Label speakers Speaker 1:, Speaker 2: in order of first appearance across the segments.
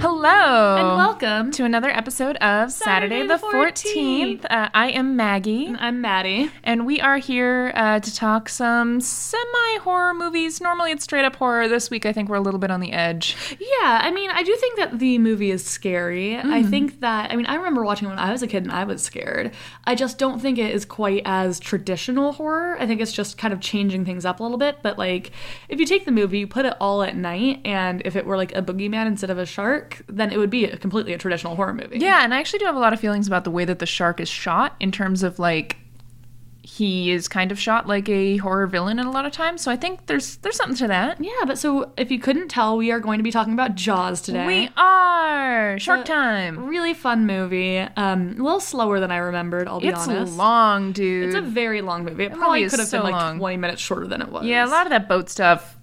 Speaker 1: Hello.
Speaker 2: And welcome.
Speaker 1: to another episode of Saturday,
Speaker 2: Saturday
Speaker 1: the
Speaker 2: the
Speaker 1: 14th. Uh, I am Maggie,
Speaker 2: I'm Maddie.
Speaker 1: and we are here uh, to talk some semi horror movies. Normally it's straight up horror. This week I think we're a little bit on the edge.
Speaker 2: Yeah, I mean, I do think that the movie is scary. I think that, I mean, I remember watching it when I was a kid and I was scared. I just don't think it is quite as traditional horror. I think it's just kind of changing things up a little bit. But, like, if you take the movie, you put it all at night, and if it were like a boogeyman instead of a shark, then it would be a, completely a traditional horror movie.
Speaker 1: Yeah, and I actually do have a lot of feelings about the way that the shark is shot in terms of like he is kind of shot like a horror villain in a lot of times. So I think there's there's something to that.
Speaker 2: Yeah, but so if you couldn't tell, we are going to be talking about Jaws today.
Speaker 1: We are short
Speaker 2: But-
Speaker 1: time.
Speaker 2: Really fun movie. Um, a little slower than I remembered, I'll be
Speaker 1: It's
Speaker 2: honest.
Speaker 1: long, dude.
Speaker 2: It's a very long movie. It, probably
Speaker 1: is
Speaker 2: could have
Speaker 1: so
Speaker 2: been like
Speaker 1: long.
Speaker 2: 20 minutes shorter than it was.
Speaker 1: Yeah, a lot of that boat stuff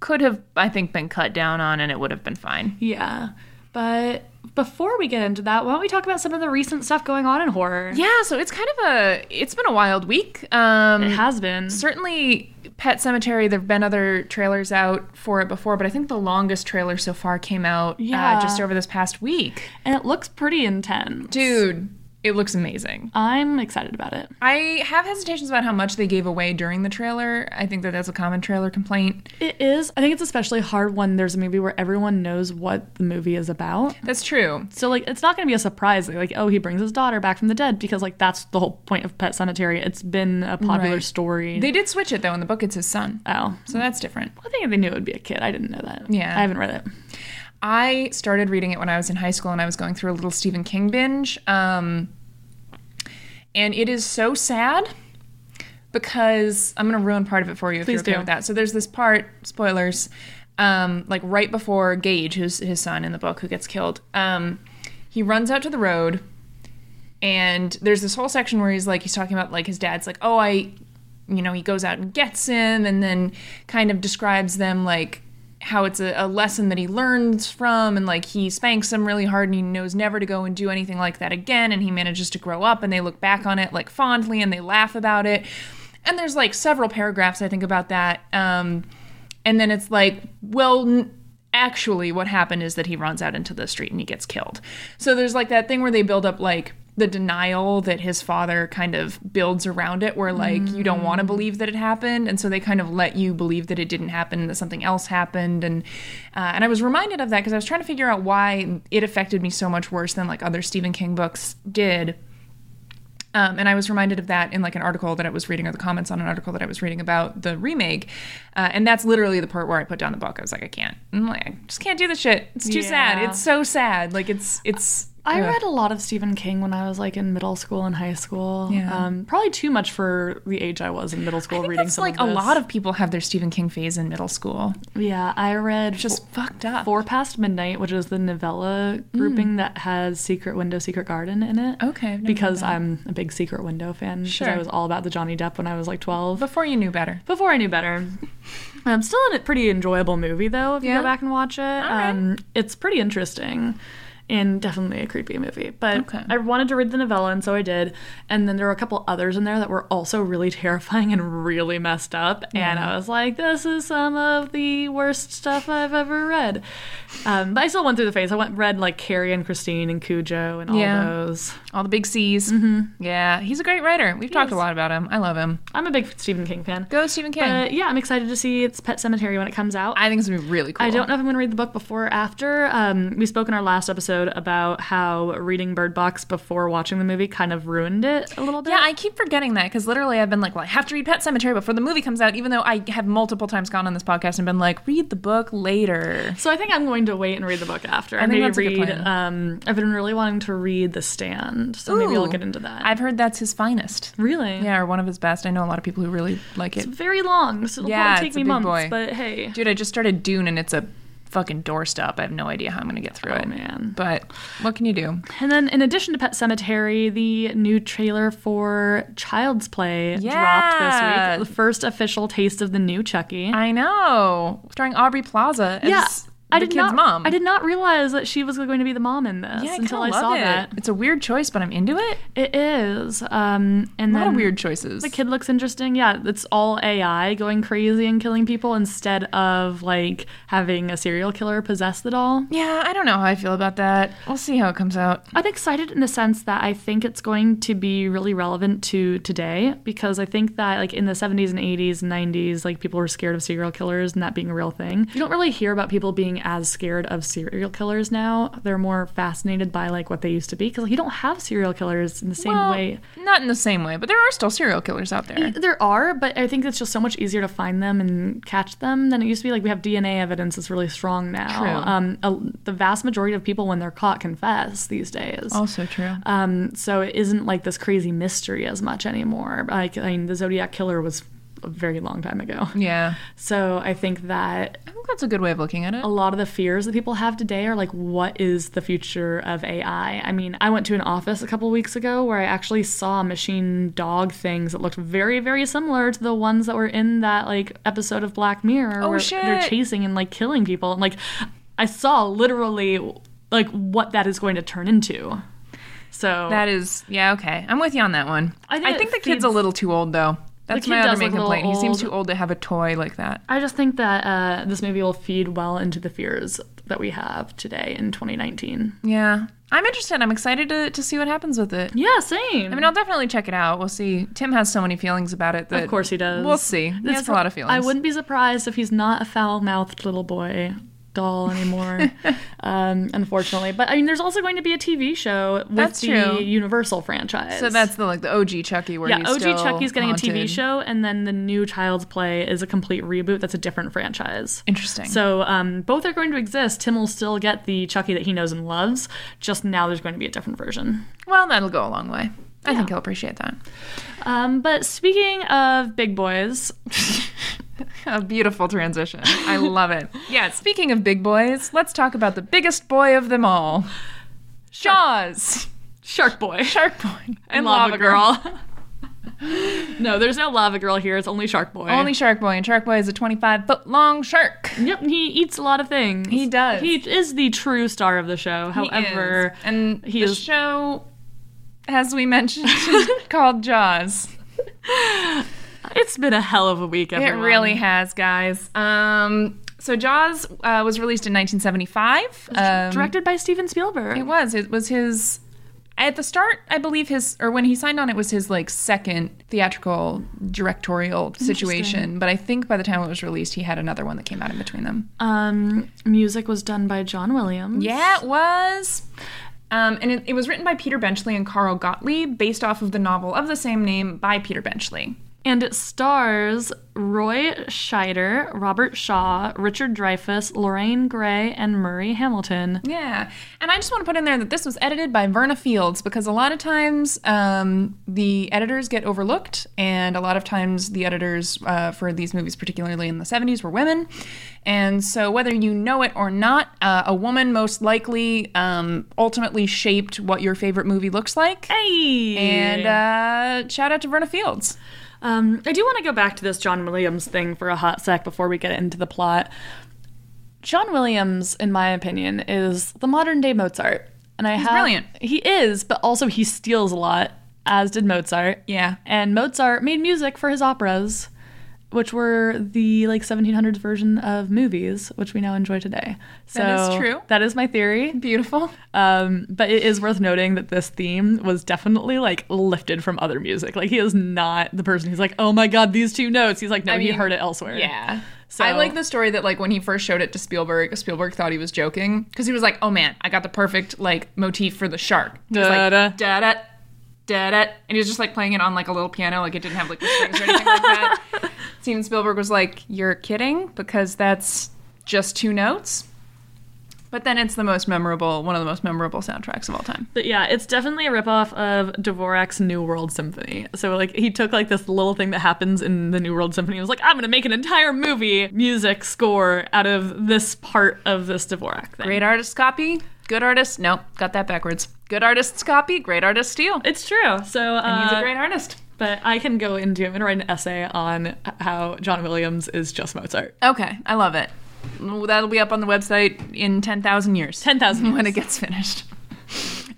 Speaker 1: could have, I think, been cut down on and it would have been fine.
Speaker 2: Yeah. But before we get into that, why don't we talk about some of the recent stuff going on in horror?
Speaker 1: Yeah, so it's kind of a, it's been a wild week.
Speaker 2: It
Speaker 1: Um,
Speaker 2: has been.
Speaker 1: certainly Pet Cemetery, there have been other trailers out for it before, but I think the longest trailer so far came out uh,
Speaker 2: Yeah.
Speaker 1: just over this past week.
Speaker 2: And it looks pretty intense.
Speaker 1: Dude, it looks amazing.
Speaker 2: I'm excited about it.
Speaker 1: I have hesitations about how much they gave away during the trailer. I think that that's a common trailer complaint.
Speaker 2: It is. I think it's especially hard when there's a movie where everyone knows what the movie is about.
Speaker 1: That's true.
Speaker 2: So like it's not going to be a surprise like oh he brings his daughter back from the dead because like that's the whole point of Pet Cemetery. It's been a popular
Speaker 1: Right.
Speaker 2: story.
Speaker 1: They did switch it though. In the book, it's his son.
Speaker 2: oh.
Speaker 1: So that's different.
Speaker 2: I think they knew it would be a kid. I didn't know that.
Speaker 1: Yeah.
Speaker 2: I haven't read it.
Speaker 1: I started reading it when I was in high school and I was going through a little Stephen King binge. Um, and it is so sad because I'm going to ruin part of it for you if
Speaker 2: Please
Speaker 1: you're okay
Speaker 2: do.
Speaker 1: with that. So there's this part, spoilers, um, like right before Gage, who's his son in the book who gets killed, um, he runs out to the road and there's this whole section where he's like he's talking about like his dad's like oh i you know he goes out and gets him and then kind of describes them like how it's a, a lesson that he learns from and like he spanks him really hard and he knows never to go and do anything like that again and he manages to grow up and they look back on it like fondly and they laugh about it and there's like several paragraphs i think about that um, and then it's like well n- actually what happened is that he runs out into the street and he gets killed so there's like that thing where they build up like the denial that his father kind of builds around it where like you don't want to believe that it happened and so they kind of let you believe that it didn't happen that something else happened and uh, and i was reminded of that because i was trying to figure out why it affected me so much worse than like other stephen king books did um, and I was reminded of that in like an article that I was reading, or the comments on an article that I was reading about the remake. Uh, and that's literally the part where I put down the book. I was like, I can't. I'm like, I just can't do this shit. It's too sad.
Speaker 2: Yeah.
Speaker 1: It's so sad. Like it's it's.
Speaker 2: I
Speaker 1: ugh.
Speaker 2: read a lot of Stephen King when I was like in middle school and high school.
Speaker 1: Yeah.
Speaker 2: Um, probably too much for the age I was in middle school
Speaker 1: I think
Speaker 2: reading
Speaker 1: that's
Speaker 2: some
Speaker 1: like
Speaker 2: of
Speaker 1: a
Speaker 2: this.
Speaker 1: lot of people have their Stephen King phase in middle school.
Speaker 2: Yeah, I read
Speaker 1: Just fucked up.
Speaker 2: Four Past Midnight, which is the novella grouping
Speaker 1: Mm.
Speaker 2: that has Secret Window, Secret Garden in it.
Speaker 1: Okay, I've never
Speaker 2: Because
Speaker 1: read that.
Speaker 2: I'm a big Secret Window fan. 'cause
Speaker 1: Sure.
Speaker 2: I was all about the Johnny Depp when I was like 12.
Speaker 1: before you knew better.
Speaker 2: before I knew better. Um, still a pretty enjoyable movie though. If you
Speaker 1: Yeah?
Speaker 2: go back and watch it,
Speaker 1: right.
Speaker 2: um, it's pretty interesting, and definitely a creepy movie. But
Speaker 1: Okay.
Speaker 2: I wanted to read the novella, and so I did. And then there were a couple others in there that were also really terrifying and really messed up. And I was like, this is some of the worst stuff I've ever read. Um, but I still went through the phase. I went read like Carrie and Christine and Cujo and all
Speaker 1: Yeah.
Speaker 2: those.
Speaker 1: All the big C's. Mm-hmm. Yeah, he's a great writer. We've talked a
Speaker 2: is.
Speaker 1: lot about him. I love him.
Speaker 2: I'm a big Stephen King fan.
Speaker 1: Go Stephen King.
Speaker 2: But yeah, I'm excited to see it's Pet Cemetery when it comes out.
Speaker 1: I think it's gonna be really cool.
Speaker 2: I don't know if I'm going to read the book before or after. Um, we spoke in our last episode about how reading Bird Box before watching the movie kind of ruined it a little bit.
Speaker 1: Yeah, I keep forgetting that because literally I've been like, well, I have to read Pet Cemetery before the movie comes out, even though I have multiple times gone on this podcast and been like, read the book later.
Speaker 2: so I think I'm going to wait and read the book after. I
Speaker 1: think
Speaker 2: maybe
Speaker 1: that's a good
Speaker 2: read.
Speaker 1: plan.
Speaker 2: Um, I've been really wanting to read The Stand, so maybe I'll
Speaker 1: Ooh.
Speaker 2: get into that.
Speaker 1: I've heard that's his finest.
Speaker 2: really?
Speaker 1: Yeah, or one of his best. I know a lot of people who really like it.
Speaker 2: It's very long, so it'll
Speaker 1: Yeah,
Speaker 2: probably take
Speaker 1: it's a
Speaker 2: me
Speaker 1: big
Speaker 2: months.
Speaker 1: boy.
Speaker 2: But hey,
Speaker 1: Dude, I just started Dune and it's a fucking doorstop. I have no idea how I'm going to get through
Speaker 2: Oh,
Speaker 1: it.
Speaker 2: man.
Speaker 1: But what can you do?
Speaker 2: And then, in addition to Pet Cemetery, the new trailer for Child's Play
Speaker 1: Yeah.
Speaker 2: dropped this week. The first official taste of the new Chucky.
Speaker 1: I know. Starring Aubrey Plaza as
Speaker 2: Yeah, I
Speaker 1: the
Speaker 2: did
Speaker 1: kid's
Speaker 2: not,
Speaker 1: mom.
Speaker 2: I did not realize that she was going to be the mom in this
Speaker 1: yeah, I
Speaker 2: until I
Speaker 1: kinda
Speaker 2: saw
Speaker 1: love it.
Speaker 2: that.
Speaker 1: It's a weird choice, but I'm into it.
Speaker 2: It is. Um, and
Speaker 1: A lot
Speaker 2: then
Speaker 1: of weird choices.
Speaker 2: The kid looks interesting. Yeah, it's all AI going crazy and killing people instead of like having a serial killer possess the doll.
Speaker 1: Yeah, I don't know how I feel about that. We'll see how it comes out.
Speaker 2: I'm excited in the sense that I think it's going to be really relevant to today because I think that like in the 70s and 80s and 90s like people were scared of serial killers and that being a real thing. You don't really hear about people being as scared of serial killers now. They're more fascinated by like what they used to be because you don't have serial killers in the same
Speaker 1: Well,
Speaker 2: way
Speaker 1: Not in the same way, but there are still serial killers out there.
Speaker 2: There are, but I think it's just so much easier to find them and catch them than it used to be. Like we have DNA evidence that's really strong now.
Speaker 1: True.
Speaker 2: Um, a, the vast majority of people, when they're caught, confess these days.
Speaker 1: Also true.
Speaker 2: Um, so it isn't like this crazy mystery as much anymore. Like I mean, the Zodiac killer was a very long time ago.
Speaker 1: yeah.
Speaker 2: So I think that
Speaker 1: I think that's a good way of looking at it.
Speaker 2: a lot of the fears that people have today are like, what is the future of AI? I mean, I went to an office a couple weeks ago where I actually saw machine dog things that looked very, very similar to the ones that were in that like episode of Black Mirror
Speaker 1: Oh,
Speaker 2: where they're
Speaker 1: shit.
Speaker 2: chasing and like killing people. And like, I saw literally like what that is going to turn into. So
Speaker 1: That is, yeah, okay. I'm with you on that one.
Speaker 2: I
Speaker 1: I think,
Speaker 2: think it
Speaker 1: the kid's a
Speaker 2: feeds-
Speaker 1: little too old, though. That's
Speaker 2: kid
Speaker 1: my other
Speaker 2: does
Speaker 1: main
Speaker 2: look a little
Speaker 1: complaint. He seems
Speaker 2: old.
Speaker 1: too old to have a toy like that.
Speaker 2: I just think that uh, this movie will feed well into the fears that we have today in 2019.
Speaker 1: Yeah. I'm interested. I'm excited to, to see what happens with it.
Speaker 2: Yeah, same.
Speaker 1: I mean, I'll definitely check it out. We'll see. Tim has so many feelings about it that.
Speaker 2: Of course he does.
Speaker 1: We'll see. He
Speaker 2: It's
Speaker 1: has
Speaker 2: pro-
Speaker 1: a lot of feelings.
Speaker 2: I wouldn't be surprised if he's not a foul-mouthed little boy doll anymore, um, unfortunately. But I mean, there's also going to be a TV show with
Speaker 1: That's
Speaker 2: the
Speaker 1: true.
Speaker 2: Universal franchise.
Speaker 1: So that's the like the OG Chucky where
Speaker 2: yeah.
Speaker 1: he's
Speaker 2: OG
Speaker 1: still
Speaker 2: Chucky's getting a TV
Speaker 1: haunted.
Speaker 2: show, and then the new Child's Play is a complete reboot. That's a different franchise.
Speaker 1: Interesting.
Speaker 2: So um, both are going to exist. Tim will still get the Chucky that he knows and loves. Just now, there's going to be a different version.
Speaker 1: well, that'll go a long way. I
Speaker 2: Yeah.
Speaker 1: think he'll appreciate that.
Speaker 2: Um, but speaking of big boys,
Speaker 1: A beautiful transition. I love it. Yeah, speaking of big boys, let's talk about the biggest boy of them all. Jaws.
Speaker 2: Shark Boy.
Speaker 1: Shark Boy.
Speaker 2: and Lava, Girl. no, there's no Lava Girl here. It's only Shark Boy.
Speaker 1: Only Shark Boy, and Shark Boy is a 25 foot long shark.
Speaker 2: Yep, he eats a lot of things.
Speaker 1: He does.
Speaker 2: He is the true star of the show. However,
Speaker 1: He is. and
Speaker 2: he
Speaker 1: the
Speaker 2: is-
Speaker 1: show, as we mentioned, is called Jaws.
Speaker 2: it's been a hell of a week. Everyone.
Speaker 1: It really has, guys. Um, so Jaws uh, was released in 1975. Um,
Speaker 2: directed by Steven Spielberg.
Speaker 1: It was. It was his. At the start, I believe his, or when he signed on, it was his like second theatrical directorial situation. But I think by the time it was released, he had another one that came out in between them.
Speaker 2: Um, music was done by John Williams.
Speaker 1: Yeah, it was. Um, and it, it was written by Peter Benchley and Carl Gottlieb, based off of the novel of the same name by Peter Benchley.
Speaker 2: and it stars Roy Scheider, Robert Shaw, Richard Dreyfuss, Lorraine Gray, and Murray Hamilton.
Speaker 1: Yeah. And I just want to put in there that this was edited by Verna Fields because a lot of times um, the editors get overlooked, and a lot of times the editors uh, for these movies, particularly in the 70s, were women. And so, whether you know it or not, uh, a woman most likely um, ultimately shaped what your favorite movie looks like.
Speaker 2: Hey,
Speaker 1: And uh, shout out to Verna Fields.
Speaker 2: Um, I do want to go back to this John Williams thing for a hot sec before we get into the plot. John Williams, in my opinion, is the modern day Mozart, and I have
Speaker 1: brilliant.
Speaker 2: He is, but also he steals a lot, as did Mozart.
Speaker 1: Yeah.
Speaker 2: And Mozart made music for his operas, which were the like 1700s version of movies, which we now enjoy today. So
Speaker 1: That is true.
Speaker 2: That is my theory.
Speaker 1: Beautiful.
Speaker 2: Um, but it is worth noting that this theme was definitely like lifted from other music. Like he is not the person who's like, oh my god, these two notes. He's like, no, he
Speaker 1: mean,
Speaker 2: heard it elsewhere.
Speaker 1: Yeah.
Speaker 2: So-
Speaker 1: I like the story that like when he first showed it to Spielberg, Spielberg thought he was joking because he was like, "Oh man, I got the perfect like motif for the shark." He was like,
Speaker 2: Da-da.
Speaker 1: da-da, da-da. and he was just like playing it on like a little piano, like it didn't have like the strings or anything like that. Steven Spielberg was like, "You're kidding," because that's just two notes. But then it's the most memorable, one of the most memorable soundtracks of all time.
Speaker 2: But yeah, it's definitely a ripoff of Dvorak's New World Symphony. So like he took like this little thing that happens in the New World Symphony and was like, I'm gonna make an entire movie music score out of this part of this Dvorak thing.
Speaker 1: Great artist's copy, good artist. Nope, got that backwards. Good artist's copy, great artist steal.
Speaker 2: It's true. So uh,
Speaker 1: He's a great artist.
Speaker 2: but I can go into I'm gonna write an essay on how John Williams is just Mozart.
Speaker 1: Okay, I love it. That'll be up on the website in 10,000 years.
Speaker 2: 10,000
Speaker 1: when it gets finished.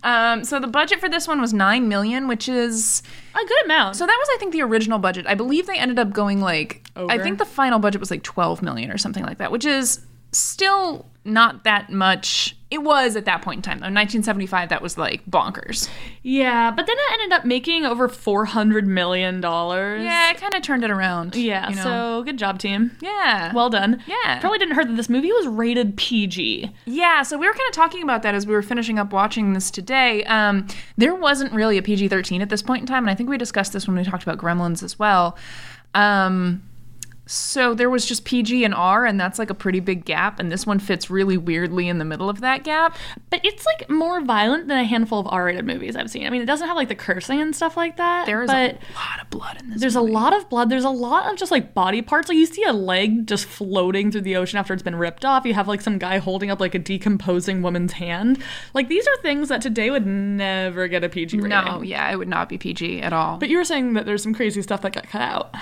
Speaker 1: Um, so the budget for this one was 9 million, which is
Speaker 2: A good amount.
Speaker 1: so that was I think the original budget. I believe they ended up going like I
Speaker 2: Over?
Speaker 1: think the final budget was like 12 million or something like that, which is still not that much. It was at that point in time though. 1975 that was like bonkers.
Speaker 2: yeah, but then it ended up making over four hundred million dollars.
Speaker 1: Yeah, it kind of turned it around.
Speaker 2: Yeah,
Speaker 1: you know?
Speaker 2: so good job, team.
Speaker 1: yeah.
Speaker 2: Well done.
Speaker 1: Yeah.
Speaker 2: Probably didn't hurt that this movie was rated PG.
Speaker 1: Yeah, so we were kind of talking about that as we were finishing up watching this today. Um, there wasn't really a PG 13 at this point in time, and I think we discussed this when we talked about gremlins as well. Um, so there was just PG and R, and that's like a pretty big gap, and this one fits really weirdly in the middle of that gap.
Speaker 2: But it's like more violent than a handful of R rated movies I've seen. I mean, it doesn't have like the cursing and stuff like that.
Speaker 1: There is
Speaker 2: but
Speaker 1: a lot of blood in this.
Speaker 2: there's a lot of blood. There's a lot of just like body parts. Like you see a leg just floating through the ocean after it's been ripped off. You have like some guy holding up like a decomposing woman's hand. Like these are things that today would never get a PG rating.
Speaker 1: no, yeah, it would not be PG at all.
Speaker 2: But you were saying that there's some crazy stuff that got cut out.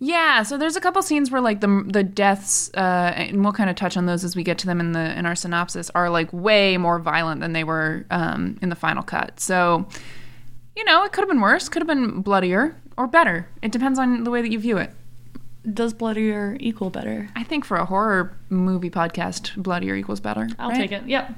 Speaker 1: Yeah, so there's a couple scenes where like the the deaths, uh, and we'll kind of touch on those as we get to them in the in our synopsis, are like way more violent than they were um, in the final cut. So, you know, it could have been worse, could have been bloodier or better. It depends on the way that you view it.
Speaker 2: Does bloodier equal better?
Speaker 1: I think for a horror movie podcast, bloodier equals better.
Speaker 2: I'll
Speaker 1: right?
Speaker 2: take it. Yep.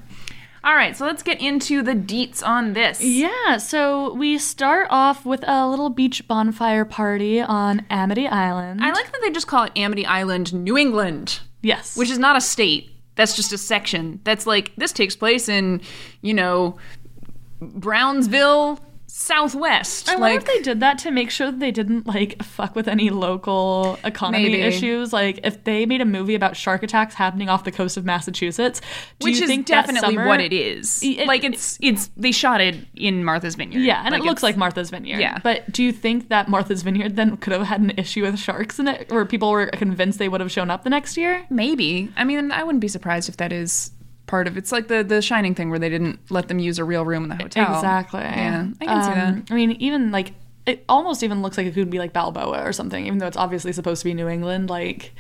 Speaker 1: All right, so let's get into the deets on this.
Speaker 2: Yeah, so we start off with a little beach bonfire party on Amity Island.
Speaker 1: I like that they just call it Amity Island, New England.
Speaker 2: yes.
Speaker 1: which is not a state. That's just a section. That's like this takes place in, you know, Brownsville, Southwest.
Speaker 2: I
Speaker 1: like
Speaker 2: wonder if they did that to make sure that they didn't like fuck with any local economy
Speaker 1: Maybe.
Speaker 2: issues. Like if they made a movie about shark attacks happening off the coast of Massachusetts, do
Speaker 1: which
Speaker 2: you
Speaker 1: is
Speaker 2: think that
Speaker 1: definitely
Speaker 2: summer-
Speaker 1: what it is.
Speaker 2: it-
Speaker 1: like it's it's they shot it in Martha's Vineyard.
Speaker 2: Yeah, and it looks
Speaker 1: it's-
Speaker 2: like Martha's Vineyard.
Speaker 1: Yeah.
Speaker 2: But do you think that Martha's Vineyard then could have had an issue with sharks in it, where people were convinced they would have shown up the next year?
Speaker 1: maybe. I mean, I wouldn't be surprised if that is part of it's like the the Shining thing where they didn't let them use a real room in the hotel.
Speaker 2: Exactly.
Speaker 1: Yeah, I can see
Speaker 2: Um,
Speaker 1: that.
Speaker 2: I mean, even like it almost even looks like it could be like Balboa or something, even though it's obviously supposed to be New England. Like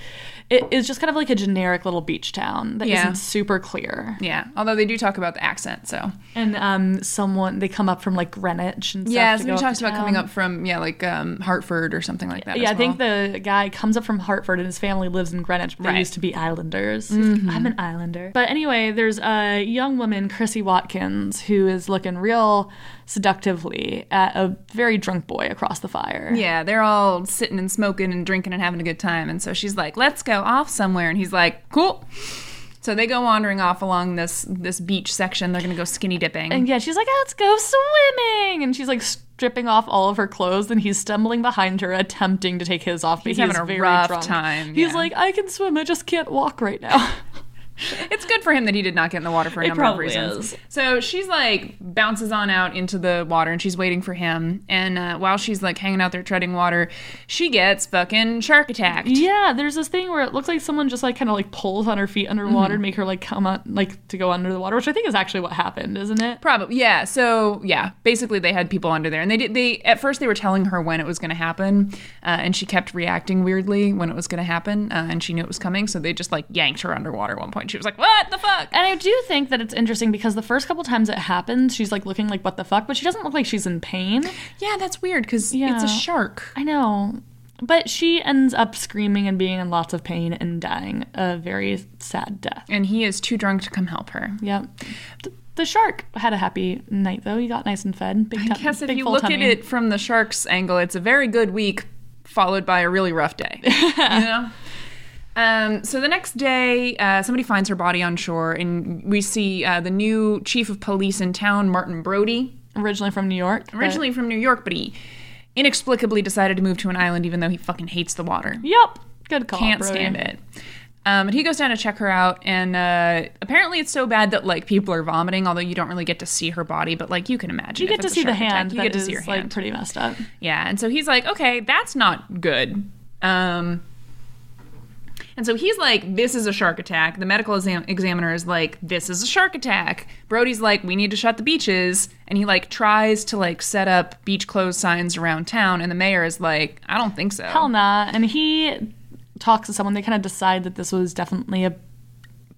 Speaker 2: it is just kind of like a generic little beach town that
Speaker 1: Yeah.
Speaker 2: not super clear.
Speaker 1: Yeah, although they do talk about the accent, so
Speaker 2: And um, someone they come up from like Greenwich and stuff
Speaker 1: yeah,
Speaker 2: to
Speaker 1: somebody
Speaker 2: go up
Speaker 1: talks
Speaker 2: to
Speaker 1: about coming
Speaker 2: town.
Speaker 1: up from yeah, like um, Hartford or something like that.
Speaker 2: Yeah,
Speaker 1: as
Speaker 2: I think
Speaker 1: well.
Speaker 2: the guy comes up from Hartford and his family lives in Greenwich. But
Speaker 1: Right. Mm-hmm.
Speaker 2: They used to be islanders. He's like, I'm an islander. But anyway, there's a young woman, Chrissy Watkins, who is looking real seductively at a very drunk boy across the fire.
Speaker 1: Yeah, they're all sitting and smoking and drinking and having a good time. And so she's like, "Let's go off somewhere." And he's like, "Cool." So they go wandering off along this this beach section. They're going to go skinny dipping.
Speaker 2: And yeah, she's like, let's go swimming. And she's like stripping off all of her clothes, and he's stumbling behind her, attempting to take his off. But
Speaker 1: He's
Speaker 2: he's,
Speaker 1: having a
Speaker 2: very
Speaker 1: rough
Speaker 2: drunk.
Speaker 1: time,
Speaker 2: He's
Speaker 1: yeah.
Speaker 2: like, I can swim, I just can't walk right now.
Speaker 1: it's good for him that he did not get in the water for a
Speaker 2: It
Speaker 1: number of
Speaker 2: probably
Speaker 1: reasons.
Speaker 2: is.
Speaker 1: So she's like bounces on out into the water and she's waiting for him. And uh, while she's like hanging out there treading water, she gets fucking shark attacked.
Speaker 2: yeah, there's this thing where it looks like someone just like kind of like pulls on her feet underwater to make her like come on, like to go under the water, which I think is actually what happened, isn't it?
Speaker 1: Probably, yeah. So, yeah, basically they had people under there, and they did. They at first they were telling her when it was going to happen, uh, and she kept reacting weirdly when it was going to happen, uh, and she knew it was coming. So they just like yanked her underwater at one point. She was like, "What the fuck?"
Speaker 2: And I do think that it's interesting because the first couple times it happens, she's like looking like what the fuck, but she doesn't look like she's in pain.
Speaker 1: Yeah, that's weird because it's
Speaker 2: Yeah.
Speaker 1: a shark.
Speaker 2: I know. But she ends up screaming and being in lots of pain and dying a very sad death.
Speaker 1: And he is too drunk to come help her.
Speaker 2: Yep. Th- The shark had a happy night though. He got nice and fed. Big
Speaker 1: I
Speaker 2: tum-
Speaker 1: guess if
Speaker 2: big
Speaker 1: you
Speaker 2: full
Speaker 1: look
Speaker 2: tummy.
Speaker 1: at it from the shark's angle, it's a very good week followed by a really rough day. you know? Um, so the next day, uh, somebody finds her body on shore, and we see uh, the new chief of police in town, Martin Brody,
Speaker 2: originally from New York. but-
Speaker 1: originally from New York, but he inexplicably decided to move to an island, even though he fucking hates the water
Speaker 2: Yep. Good call.
Speaker 1: can't
Speaker 2: Brody.
Speaker 1: stand it. Um, and he goes down to check her out, and uh, apparently it's so bad that like people are vomiting. Although you don't really get to see her body, but like you can imagine,
Speaker 2: You
Speaker 1: if
Speaker 2: get to
Speaker 1: it's a
Speaker 2: see the
Speaker 1: shark attack,
Speaker 2: hand.
Speaker 1: you
Speaker 2: that
Speaker 1: get to see
Speaker 2: is,
Speaker 1: her hand.
Speaker 2: Like pretty messed up.
Speaker 1: Yeah, and so he's like, okay, that's not good. Um, and so he's like, this is a shark attack. The medical exam- examiner is like, this is a shark attack. Brody's like, we need to shut the beaches, and he like tries to like set up beach closed signs around town, and the mayor is like, I don't think so.
Speaker 2: Hell nah. And he talks to someone. They kind of decide that this was definitely a death-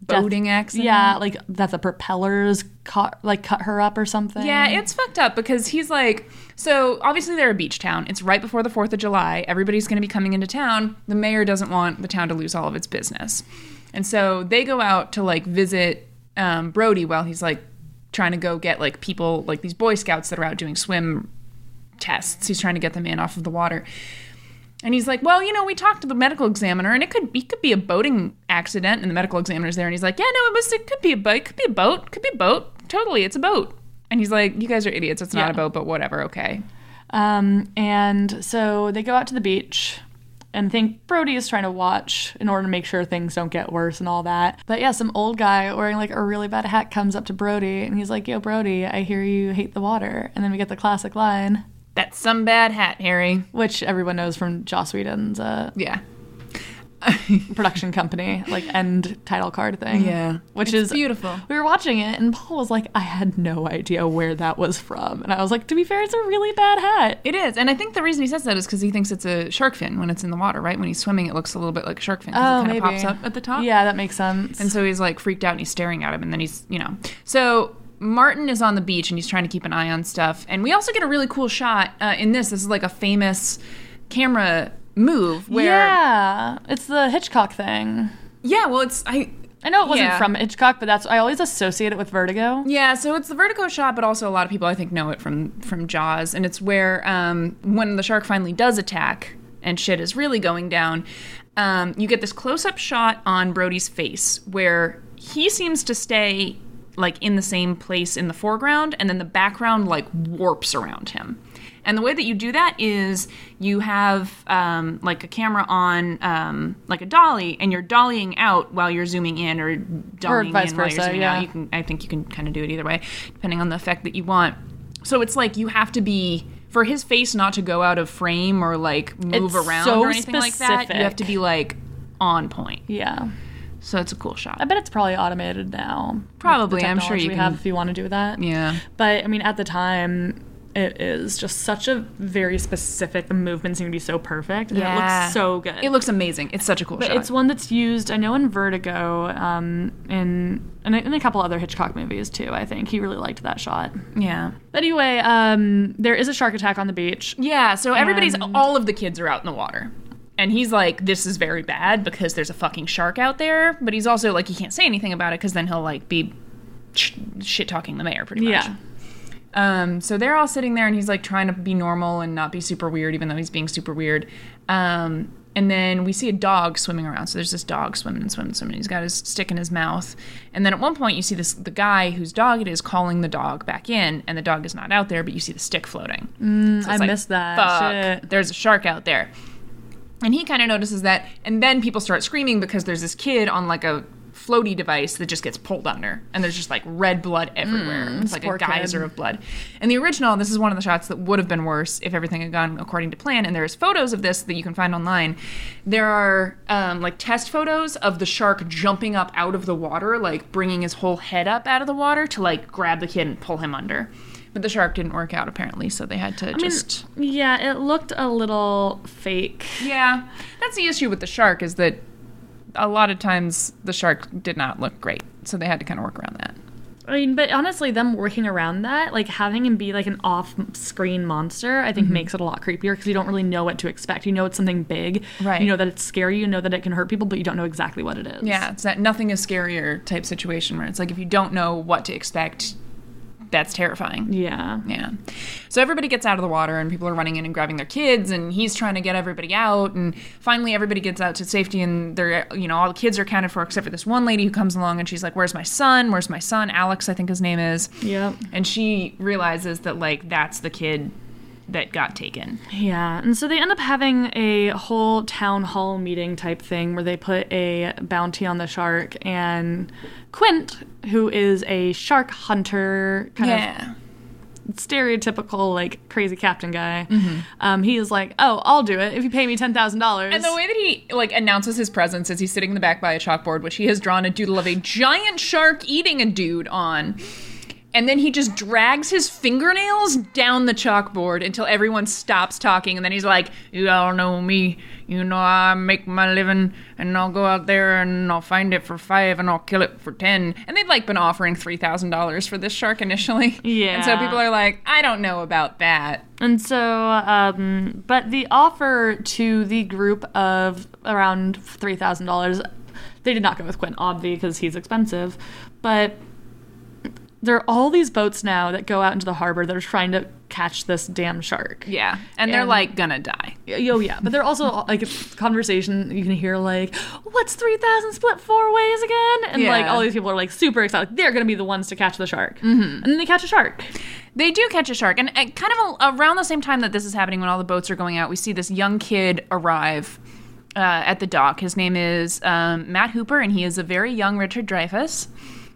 Speaker 1: boating accident.
Speaker 2: Yeah, like that the propellers caught like cut her up or something.
Speaker 1: Yeah, it's fucked up because he's like, so obviously they're a beach town. It's right before the 4th of July. Everybody's going to be coming into town. The mayor doesn't want the town to lose all of its business. And so they go out to like visit um, Brody while he's like trying to go get like people, like these Boy Scouts that are out doing swim tests. He's trying to get the man off of the water. And he's like, well, you know, we talked to the medical examiner, and it could it could be a boating accident. And the medical examiner's there, and he's like, yeah, no, it was it could be a boat, it could be a boat, it could be a boat, totally, it's a boat. And he's like, you guys are idiots. It's not
Speaker 2: Yeah.
Speaker 1: a boat, but whatever, okay.
Speaker 2: Um, and so they go out to the beach and think Brody is trying to watch in order to make sure things don't get worse and all that. But yeah, some old guy wearing like a really bad hat comes up to Brody and he's like, Yo, Brody, I hear you hate the water. And then we get the classic line,
Speaker 1: That's some bad hat, Harry.
Speaker 2: which everyone knows from Joss Whedon's uh,
Speaker 1: Yeah,
Speaker 2: production company, like end title card thing.
Speaker 1: Yeah.
Speaker 2: Which
Speaker 1: It's
Speaker 2: is
Speaker 1: beautiful.
Speaker 2: We were watching it and Paul was like, I had no idea where that was from. And I was like, To be fair, it's a really bad hat.
Speaker 1: it is. And I think the reason he says that is because he thinks it's a shark fin when it's in the water, right? When he's swimming, it looks a little bit like a shark fin. 'cause it kind of pops up at the top.
Speaker 2: Oh, Yeah, that makes sense.
Speaker 1: And so he's like freaked out and he's staring at him. And then he's, you know. So Martin is on the beach and he's trying to keep an eye on stuff. And we also get a really cool shot uh, in this. This is like a famous camera move where.
Speaker 2: yeah, it's the Hitchcock thing.
Speaker 1: Yeah, well, it's. I.
Speaker 2: I know it wasn't
Speaker 1: Yeah.
Speaker 2: from Hitchcock, but that's I always associate it with Vertigo.
Speaker 1: Yeah, so it's the Vertigo shot, but also a lot of people I think know it from from Jaws, and it's where um, when the shark finally does attack and shit is really going down, um, you get this close up shot on Brody's face where he seems to stay like in the same place in the foreground, and then the background like warps around him. And the way that you do that is you have um, like a camera on um, like a dolly, and you're dollying out while you're zooming in, or dollying
Speaker 2: vice
Speaker 1: in while you're
Speaker 2: versa,
Speaker 1: zooming
Speaker 2: yeah.
Speaker 1: out. You can, I think you can kind of do it either way, depending on the effect that you want. So it's like you have to be for his face not to go out of frame or like move
Speaker 2: It's
Speaker 1: around
Speaker 2: so
Speaker 1: or anything like that. You have to
Speaker 2: specific.
Speaker 1: be like on point.
Speaker 2: Yeah.
Speaker 1: So it's a cool shot.
Speaker 2: I bet it's probably automated now. with the
Speaker 1: Probably, I'm sure
Speaker 2: technology
Speaker 1: you
Speaker 2: we
Speaker 1: can-
Speaker 2: have if you want to do that.
Speaker 1: yeah.
Speaker 2: But I mean, at the time, it is just such a very specific. The movement seemed to be so perfect, and it
Speaker 1: Yeah.
Speaker 2: looks so good.
Speaker 1: It looks amazing. It's such a cool
Speaker 2: but
Speaker 1: shot.
Speaker 2: it's one that's used, I know, in Vertigo, um, in and in a couple other Hitchcock movies too. I think he really liked that shot.
Speaker 1: yeah.
Speaker 2: But anyway, um, there is a shark attack on the beach.
Speaker 1: Yeah, so everybody's
Speaker 2: And-
Speaker 1: all of the kids are out in the water. And he's like, this is very bad because there's a fucking shark out there. But he's also like, he can't say anything about it because then he'll like be sh- shit talking the mayor pretty much.
Speaker 2: Yeah.
Speaker 1: Um, so they're all sitting there and he's like trying to be normal and not be super weird, even though he's being super weird. Um, and then we see a dog swimming around. So there's this dog swimming and swimming and swimming. He's got his stick in his mouth. And then at one point, you see this the guy whose dog it is calling the dog back in, and the dog is not out there, but you see the stick floating. So
Speaker 2: Mm, I
Speaker 1: it's like,
Speaker 2: missed that.
Speaker 1: Fuck,
Speaker 2: Shit.
Speaker 1: there's a shark out there. And he kind of notices that, and then people start screaming because there's this kid on like a floaty device that just gets pulled under, and there's just like red blood everywhere. it's like
Speaker 2: Mm, poor
Speaker 1: a
Speaker 2: kid.
Speaker 1: geyser of blood. In the original, this is one of the shots that would have been worse if everything had gone according to plan. And there's photos of this that you can find online. There are um, like test photos of the shark jumping up out of the water, like bringing his whole head up out of the water to like grab the kid and pull him under. But the shark didn't work out apparently, so they had to just.
Speaker 2: Yeah, it looked a little fake.
Speaker 1: Yeah, that's the issue with the shark is that a lot of times the shark did not look great, so they had to kind of work around that.
Speaker 2: I mean, but honestly, them working around that, like having him be like an off-screen monster, I
Speaker 1: Mm-hmm.
Speaker 2: think makes it a lot creepier because you don't really know what to expect. You know it's something big,
Speaker 1: Right.
Speaker 2: You know that it's scary. You know that it can hurt people, but you don't know exactly what it is.
Speaker 1: Yeah, it's that nothing is scarier type situation where it's like if you don't know what to expect, that's terrifying.
Speaker 2: yeah.
Speaker 1: Yeah. So everybody gets out of the water and people are running in and grabbing their kids and he's trying to get everybody out and finally everybody gets out to safety and they're you know all the kids are accounted for except for this one lady who comes along and she's like where's my son? Where's my son? Alex I think his name is.
Speaker 2: Yep.
Speaker 1: and she realizes that like that's the kid that got taken.
Speaker 2: Yeah. And so they end up having a whole town hall meeting type thing where they put a bounty on the shark and Quint, who is a shark hunter kind of stereotypical like crazy captain guy. Um, he is like, "Oh, I'll do it if you pay me ten thousand dollars."
Speaker 1: And the way that he like announces his presence is he's sitting in the back by a chalkboard, which he has drawn a doodle of a giant shark eating a dude on. And then he just drags his fingernails down the chalkboard until everyone stops talking. And then he's like, You all know me. You know I make my living. And I'll go out there and I'll find it for five and I'll kill it for ten. And they'd like been offering $3,000 for this shark initially. And so
Speaker 2: Yeah.
Speaker 1: people are like, I don't know about that.
Speaker 2: And so, um, but the offer to the group of around three thousand dollars, they did not go with Quinn, obviously, because he's expensive. But there are all these boats now that go out into the harbor that are trying to catch this damn shark.
Speaker 1: Yeah. And they're
Speaker 2: And-
Speaker 1: like, gonna die.
Speaker 2: Yo, Oh, yeah. But they're also like it's conversation you can hear like, "What's three thousand split four ways again?" And like
Speaker 1: Yeah.
Speaker 2: all these people are like super excited. Like, they're gonna be the ones to catch the shark, mm-hmm. and then they catch a shark.
Speaker 1: They do catch a shark, and uh, kind of a, around the same time that this is happening, when all the boats are going out, we see this young kid arrive uh, at the dock. His name is um, Matt Hooper, and he is a very young Richard Dreyfuss.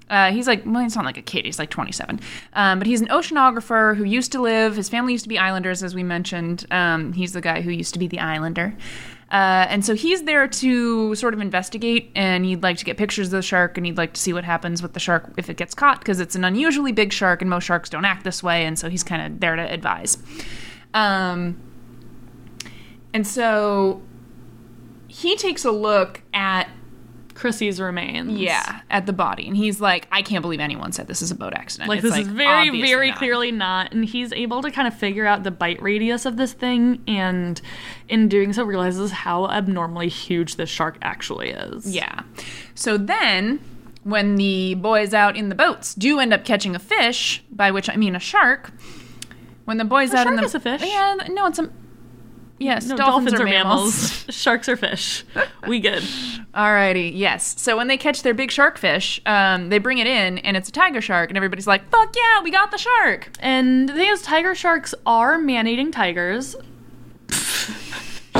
Speaker 1: Uh, he's like, well, he's not like a kid. He's like 27. Um, but he's an oceanographer who used to live, his family used to be islanders, as we mentioned. Um, he's the guy who used to be the islander. Uh, and so he's there to sort of investigate, and he'd like to get pictures of the shark, and he'd like to see what happens with the shark if it gets caught, because it's an unusually big shark, and most sharks don't act this way, and so he's kind of there to advise. Um, and so he takes a look at
Speaker 2: Chrissy's remains.
Speaker 1: yeah, at the body, and he's like, I can't believe anyone said this is a boat accident.
Speaker 2: Like
Speaker 1: It's,
Speaker 2: this is very,
Speaker 1: obviously
Speaker 2: very
Speaker 1: not.
Speaker 2: clearly not. And he's able to kind of figure out the bite radius of this thing, and in doing so, realizes how abnormally huge this shark actually is.
Speaker 1: Yeah. So then, when the boys out in the boats do end up catching a fish, by which I mean a shark, when the boys out in
Speaker 2: shark
Speaker 1: the
Speaker 2: is a fish.
Speaker 1: yeah, no, it's a yes,
Speaker 2: No,
Speaker 1: dolphins,
Speaker 2: dolphins,
Speaker 1: are, mammals.
Speaker 2: Sharks are fish. We good.
Speaker 1: Alrighty, yes. So when they catch their big shark fish, um, they bring it in, and it's a tiger shark, and everybody's like, "Fuck yeah, we got the shark!"
Speaker 2: And the thing is, tiger sharks are man eating tigers.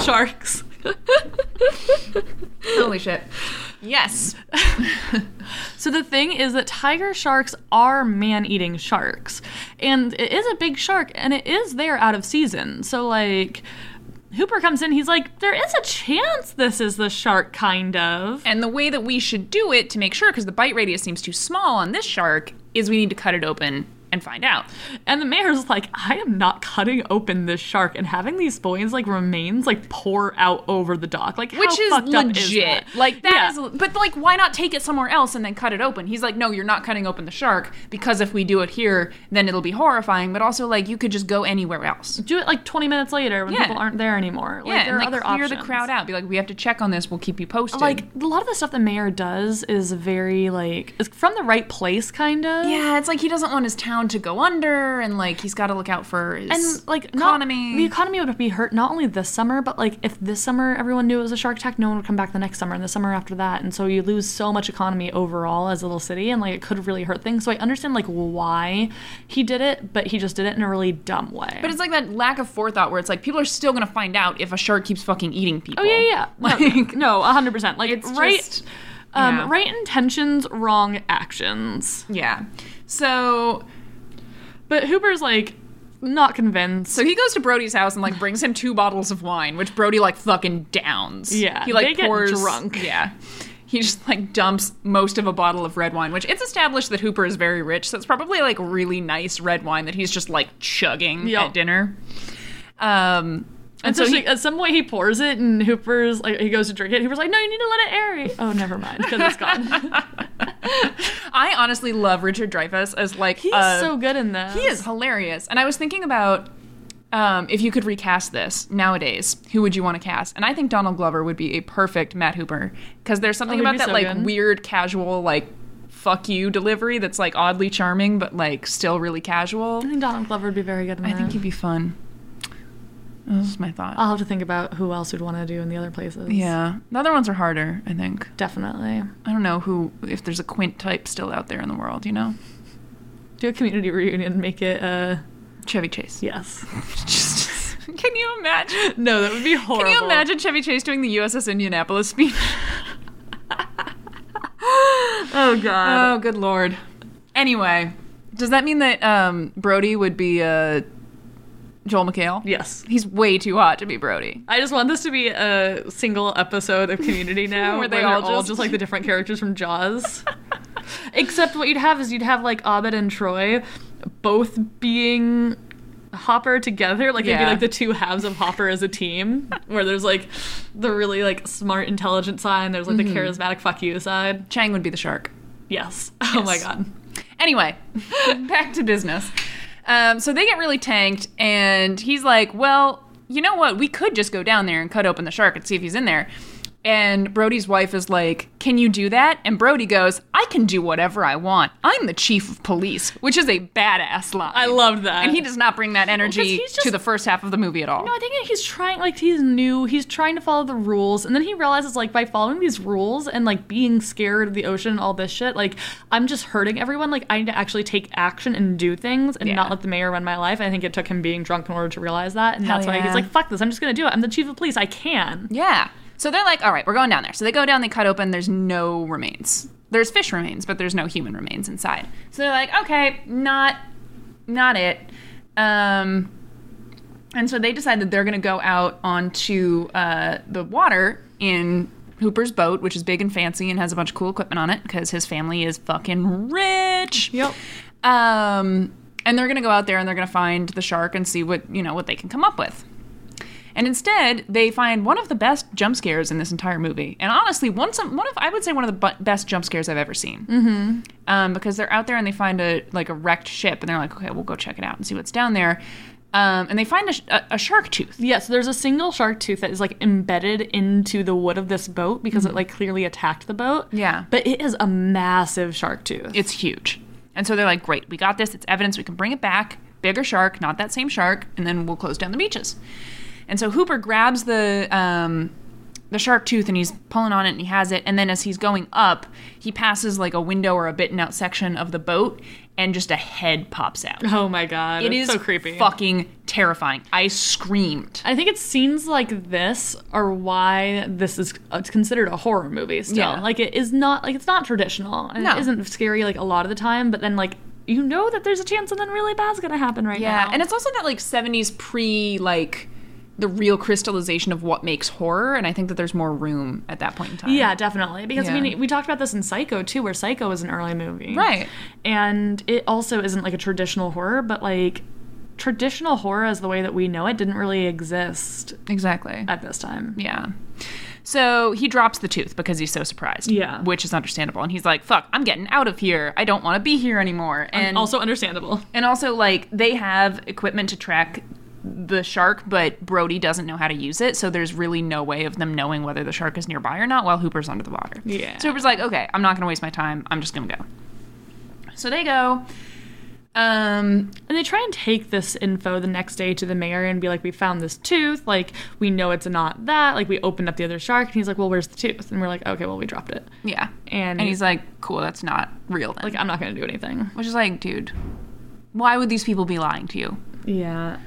Speaker 2: sharks.
Speaker 1: Holy shit. Yes.
Speaker 2: So the thing is that tiger sharks are man-eating sharks, and it is a big shark, and it is there out of season. So like, Hooper comes in, he's like, "There is a chance this is the shark, kind of."
Speaker 1: And the way that we should do it to make sure, because the bite radius seems too small on this shark, is we need to cut it open and find out.
Speaker 2: And the mayor's like, "I am not cutting open this shark and having these boys like remains like pour out over the dock, like
Speaker 1: Which
Speaker 2: how
Speaker 1: is
Speaker 2: fucked up
Speaker 1: legit.
Speaker 2: is that?
Speaker 1: Like
Speaker 2: Yeah.
Speaker 1: that is, but like, why not take it somewhere else and then cut it open? He's like, no, you're not cutting open the shark because if we do it here, then it'll be horrifying. But also, like, you could just go anywhere else.
Speaker 2: do it like 20 minutes later when
Speaker 1: Yeah.
Speaker 2: people aren't there anymore. Like
Speaker 1: yeah, and,
Speaker 2: there are
Speaker 1: like,
Speaker 2: other
Speaker 1: clear
Speaker 2: options.
Speaker 1: the crowd out. Be like, we have to check on this. We'll keep you posted.
Speaker 2: like a lot of the stuff the mayor does is very like is from the right place kind of
Speaker 1: yeah, it's like he doesn't want his town to go under, and like he's got to look out for his
Speaker 2: and like not-
Speaker 1: economy.
Speaker 2: the economy would be hurt not only this summer but like if this summer everyone knew it was a shark attack no one would come back the next summer and the summer after that and so you lose so much economy overall as a little city and like it could really hurt things so i understand like why he did it but he just did it in a really dumb way
Speaker 1: But it's like that lack of forethought where it's like people are still gonna find out if a shark keeps fucking eating people.
Speaker 2: oh yeah yeah like no 100% like
Speaker 1: It's
Speaker 2: right
Speaker 1: just-
Speaker 2: um,
Speaker 1: yeah.
Speaker 2: right intentions wrong actions
Speaker 1: Yeah. So
Speaker 2: but hooper's like not convinced
Speaker 1: so he goes to Brody's house and like brings him two bottles of wine, which Brody like fucking downs.
Speaker 2: Yeah,
Speaker 1: He like
Speaker 2: they get
Speaker 1: pours
Speaker 2: drunk.
Speaker 1: Yeah. He just like dumps most of a bottle of red wine, which it's established that Hooper is very rich, so it's probably like really nice red wine that he's just like chugging
Speaker 2: Yep.
Speaker 1: at dinner. Um
Speaker 2: And so, she, at some point he pours it, and Hooper's like he goes to drink it. Hooper's like, "No, you need to let it aerate." Oh, never mind, because it's gone.
Speaker 1: I honestly love Richard Dreyfuss as like
Speaker 2: He's
Speaker 1: a-
Speaker 2: so good in this.
Speaker 1: He is hilarious. And I was thinking about um, if you could recast this nowadays, who would you want to cast? And I think Donald Glover would be a perfect Matt Hooper because there's something
Speaker 2: Oh, he'd
Speaker 1: about
Speaker 2: be
Speaker 1: that
Speaker 2: so
Speaker 1: like
Speaker 2: good.
Speaker 1: weird casual like fuck you delivery that's like oddly charming but like still really casual.
Speaker 2: I think Donald Glover would be very good in
Speaker 1: I
Speaker 2: that.
Speaker 1: think he'd be fun. That's my thought.
Speaker 2: I'll have to think about who else would want to do in the other places.
Speaker 1: yeah, the other ones are harder. I think.
Speaker 2: definitely.
Speaker 1: I don't know who if there's a Quint type still out there in the world. You know,
Speaker 2: Do a community reunion. Make it. uh
Speaker 1: Chevy Chase.
Speaker 2: Yes.
Speaker 1: Just- can you imagine?
Speaker 2: No, that would be horrible.
Speaker 1: Can you imagine Chevy Chase doing the USS Indianapolis speech?
Speaker 2: Oh God.
Speaker 1: oh, good lord. Anyway, does that mean that um, Brody would be uh, Joel McHale?
Speaker 2: yes.
Speaker 1: He's way too hot to be Brody.
Speaker 2: I just want this to be a single episode of Community now,
Speaker 1: Where
Speaker 2: where,
Speaker 1: they
Speaker 2: they are
Speaker 1: all
Speaker 2: all
Speaker 1: just-
Speaker 2: just like the different characters from Jaws. Except what you'd have is you'd have like Abed and Troy both being Hopper together. Like it'd be
Speaker 1: Yeah.
Speaker 2: like the two halves of Hopper as a team, where there's like the really like smart, intelligent side, and there's like
Speaker 1: Mm-hmm.
Speaker 2: the charismatic fuck you side.
Speaker 1: Chang would be the shark.
Speaker 2: Yes. Oh my
Speaker 1: Yes.
Speaker 2: god.
Speaker 1: Anyway, back to business. Um, so they get really tanked, and he's like, Well, you know what? We could just go down there and cut open the shark and see if he's in there. And Brody's wife is like, Can you do that? And Brody goes, I can do whatever I want. I'm the chief of police, which is a badass line.
Speaker 2: I loved that.
Speaker 1: And he does not bring that energy
Speaker 2: he's just-
Speaker 1: to the first half of the movie at all.
Speaker 2: No, I think he's trying, like, he's new, he's trying to follow the rules, and then he realizes, like, by following these rules and, like, being scared of the ocean and all this shit, like, I'm just hurting everyone. Like, I need to actually take action and do things and
Speaker 1: Yeah.
Speaker 2: not let the mayor run my life. I think it took him being drunk in order to realize that, and
Speaker 1: Hell
Speaker 2: that's why
Speaker 1: yeah.
Speaker 2: he's like, fuck this, I'm just gonna do it. I'm the chief of police, I can.
Speaker 1: Yeah. So they're like, all right, we're going down there. So they go down, they cut open, there's no remains. There's fish remains, but there's no human remains inside. So they're like, okay, not not it. Um and so they decide that they're going to go out onto uh, the water in Hooper's boat, which is big and fancy and has a bunch of cool equipment on it because his family is fucking rich.
Speaker 2: Yep.
Speaker 1: Um, and they're going to go out there and they're going to find the shark and see what you know what they can come up with. And instead, they find one of the best jump scares in this entire movie, and honestly, one some one of I would say one of the bu- best jump scares I've ever seen. Mm-hmm. Um, because they're out there and they find a like a wrecked ship, and they're like, okay, we'll go check it out and see what's down there. Um, and they find a, sh- a, a shark tooth.
Speaker 2: Yes, there's a single shark tooth that is like embedded into the wood of this boat because it like clearly attacked the boat.
Speaker 1: Mm-hmm. Yeah.
Speaker 2: But it is a massive shark tooth.
Speaker 1: It's huge. And so they're like, great, we got this. It's evidence. We can bring it back. Bigger shark, not that same shark. And then we'll close down the beaches. And so Hooper grabs the um, the shark tooth and he's pulling on it and he has it. And then as he's going up, he passes like a window or a bitten out section of the boat and just a head pops out.
Speaker 2: Oh my god.
Speaker 1: It
Speaker 2: it's
Speaker 1: is
Speaker 2: so creepy.
Speaker 1: fucking terrifying. I screamed.
Speaker 2: I think it's scenes like this are why this is uh, considered a horror movie still.
Speaker 1: Yeah.
Speaker 2: Like it is not like it's not traditional and
Speaker 1: No.
Speaker 2: it isn't scary like a lot of the time, but then like you know that there's a chance something really bad's gonna happen right
Speaker 1: Yeah,
Speaker 2: now.
Speaker 1: and it's also that like '70s pre like the real crystallization of what makes horror, and I think that there's more room at that point in time.
Speaker 2: yeah, definitely. Because
Speaker 1: Yeah.
Speaker 2: I mean, we talked about this in Psycho too, where Psycho is an early movie,
Speaker 1: Right.
Speaker 2: And it also isn't like a traditional horror, but like traditional horror as the way that we know it didn't really exist
Speaker 1: exactly.
Speaker 2: at this time.
Speaker 1: Yeah. So he drops the tooth because he's so surprised.
Speaker 2: Yeah.
Speaker 1: Which is understandable. And he's like, fuck, I'm getting out of here. I don't want to be here anymore. And
Speaker 2: also understandable.
Speaker 1: and also like they have equipment to track the shark, but Brody doesn't know how to use it, so there's really no way of them knowing whether the shark is nearby or not while Hooper's under the water.
Speaker 2: Yeah.
Speaker 1: So Hooper's like, okay, I'm not gonna waste my time. I'm just gonna go. So they go. Um
Speaker 2: And they try and take this info the next day to the mayor and be like, "We found this tooth. Like, we know it's not that. Like, we opened up the other shark." And he's like, "Well, where's the tooth?" And we're like, "Okay, well, we dropped it."
Speaker 1: yeah.
Speaker 2: And,
Speaker 1: And he's like, cool, that's not real then.
Speaker 2: like, "I'm not gonna do anything."
Speaker 1: Which is like, dude, why would these people be lying to you?
Speaker 2: Yeah.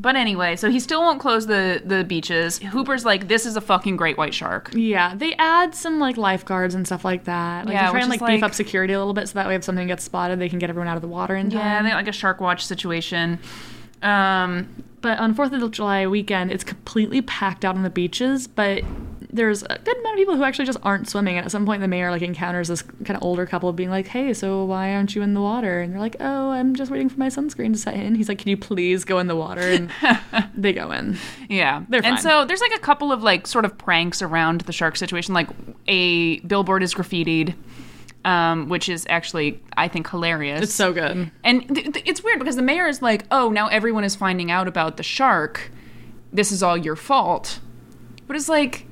Speaker 1: But anyway, so he still won't close the the beaches. Hooper's like, this is a fucking great white shark.
Speaker 2: Yeah, they add some like lifeguards and stuff like that. Like,
Speaker 1: Yeah,
Speaker 2: they try
Speaker 1: which
Speaker 2: and
Speaker 1: is
Speaker 2: like, beef
Speaker 1: like-
Speaker 2: up security a little bit so that way if something gets spotted, they can get everyone out of the water in time.
Speaker 1: Yeah, they, like a shark watch situation. Um,
Speaker 2: But on Fourth of July weekend, it's completely packed out on the beaches. But there's a good amount of people who actually just aren't swimming. And at some point, the mayor like encounters this kind of older couple being like, "Hey, so why aren't you in the water?" And they're like, "Oh, I'm just waiting for my sunscreen to set in." He's like, "Can you please go in the water?" And they go in.
Speaker 1: yeah,
Speaker 2: They're
Speaker 1: and
Speaker 2: fine.
Speaker 1: so there's like a couple of like sort of pranks around the shark situation. Like a billboard is graffitied, um, which is actually I think hilarious.
Speaker 2: It's so good.
Speaker 1: And th- th- it's weird because the mayor is like, "Oh, now everyone is finding out about the shark. This is all your fault." But it's like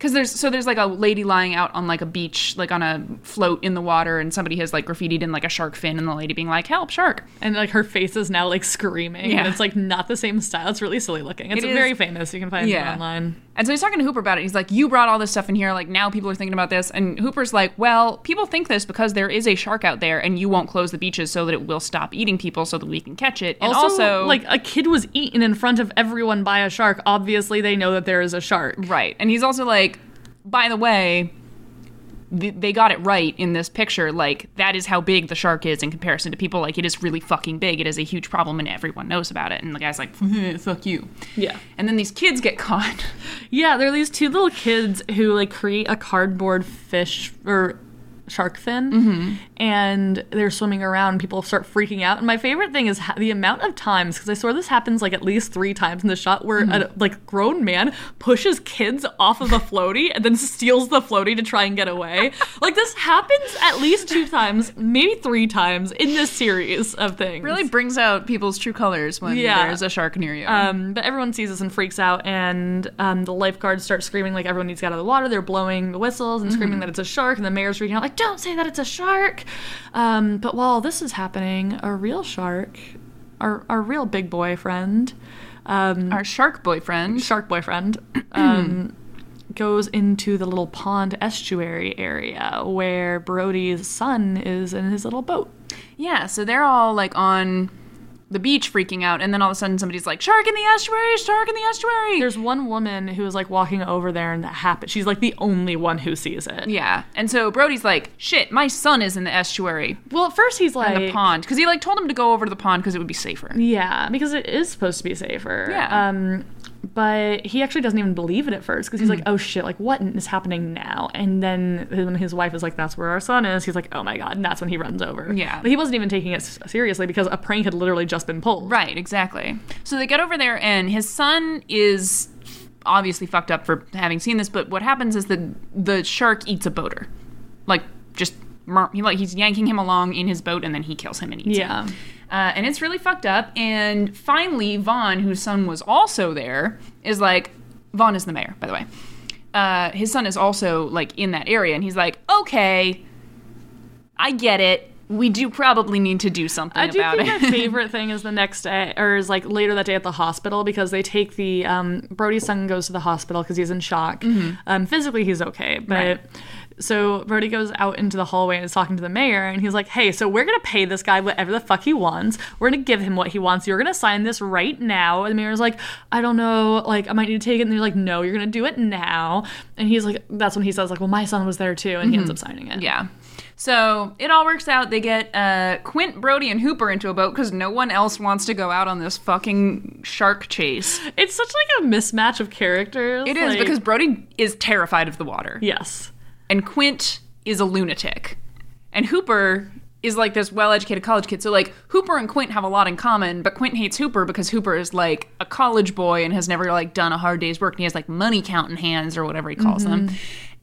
Speaker 1: cuz there's so there's like a lady lying out on like a beach, like on a float in the water and somebody has like graffitied in like a shark fin and the lady being like, "Help, shark."
Speaker 2: And like her face is now like screaming.
Speaker 1: Yeah.
Speaker 2: And it's like not the same style. It's really silly looking. It's
Speaker 1: It is-
Speaker 2: very famous. You can find
Speaker 1: Yeah.
Speaker 2: it online.
Speaker 1: And so he's talking to Hooper about it. He's like, "You brought all this stuff in here. Like now people are thinking about this." And Hooper's like, "Well, people think this because there is a shark out there, and you won't close the beaches so that it will stop eating people, so that we can catch it." And
Speaker 2: also,
Speaker 1: also,
Speaker 2: like a kid was eaten in front of everyone by a shark. Obviously, they know that there is a shark.
Speaker 1: Right. And he's also like, by the way, th- they got it right in this picture. Like, that is how big the shark is in comparison to people. Like, it is really fucking big. It is a huge problem, and everyone knows about it. And the guy's like, fuck you.
Speaker 2: Yeah.
Speaker 1: And then these kids get caught.
Speaker 2: Yeah, there are these two little kids who like create a cardboard fish or shark fin, and they're swimming around. People start freaking out. And my favorite thing is ha- the amount of times because I saw this happens like at least three times in the shot where a like grown man pushes kids off of a floaty and then steals the floaty to try and get away. like this happens at least two times, maybe three times in this series of things.
Speaker 1: Really brings out people's true colors when
Speaker 2: Yeah.
Speaker 1: there's a shark near you.
Speaker 2: Um, but everyone sees this and freaks out, and um, the lifeguards start screaming like everyone needs to get out of the water. They're blowing the whistles and screaming that it's a shark, and the mayor's freaking out like, "Don't say that it's a shark!" Um, but while this is happening, a real shark, our our real big boy friend, um,
Speaker 1: Our shark boyfriend.
Speaker 2: shark boyfriend um, goes into the little pond estuary area where Brody's son is in his little boat.
Speaker 1: Yeah, so they're all like on the beach freaking out, and then all of a sudden somebody's like, Shark in the estuary, shark in the estuary.
Speaker 2: There's one woman who is like walking over there, and that happens. She's like the only one who sees it.
Speaker 1: yeah, and so Brody's like, shit, my son is in the estuary,
Speaker 2: Well, at first he's like
Speaker 1: in the pond. Because he like told him to go over to the pond because it would be safer.
Speaker 2: Yeah, because it is supposed to be safer.
Speaker 1: Yeah.
Speaker 2: Um, but he actually doesn't even believe it at first because he's
Speaker 1: Mm.
Speaker 2: like, "Oh shit! Like what is happening now?" And then when his wife is like, "That's where our son is," he's like, "Oh my god!" And that's when he runs over.
Speaker 1: Yeah.
Speaker 2: But he wasn't even taking it s- seriously because a prank had literally just been pulled.
Speaker 1: Right, exactly. So they get over there, and his son is obviously fucked up for having seen this. But what happens is that the shark eats a boater, like just mer- he like he's yanking him along in his boat, and then he kills him and eats
Speaker 2: Yeah.
Speaker 1: him. Uh, and it's really fucked up. And finally, Vaughn, whose son was also there, is like Vaughn is the mayor, by the way. Uh, his son is also like in that area, and he's like, okay, I get it. We do probably need to do something
Speaker 2: I do
Speaker 1: about
Speaker 2: think
Speaker 1: it.
Speaker 2: my favorite thing is the next day, or is like later that day at the hospital because they take the um, Brody's son goes to the hospital because he's in shock. Um, physically, he's okay, but.
Speaker 1: Mm-hmm. Right.
Speaker 2: So Brody goes out into the hallway and is talking to the mayor, and he's like, "Hey, so we're gonna pay this guy whatever the fuck he wants. We're gonna give him what he wants. You're gonna sign this right now." And the mayor's like, "I don't know, like I might need to take it." And they're like, "No, you're gonna do it now." And he's like, "That's when he says like, well, my son was there too," and he ends up signing it.
Speaker 1: Mm-hmm. Yeah. So it all works out. They get uh, Quint, Brody, and Hooper into a boat because no one else wants to go out on this fucking shark chase.
Speaker 2: It's such like a mismatch of characters.
Speaker 1: It is
Speaker 2: like-
Speaker 1: because Brody is terrified of the water,
Speaker 2: yes.
Speaker 1: and Quint is a lunatic, and Hooper is like this well-educated college kid. So like Hooper and Quint have a lot in common, but Quint hates Hooper because Hooper is like a college boy and has never like done a hard day's work, and he has like money counting hands or whatever he calls
Speaker 2: Mm-hmm.
Speaker 1: them.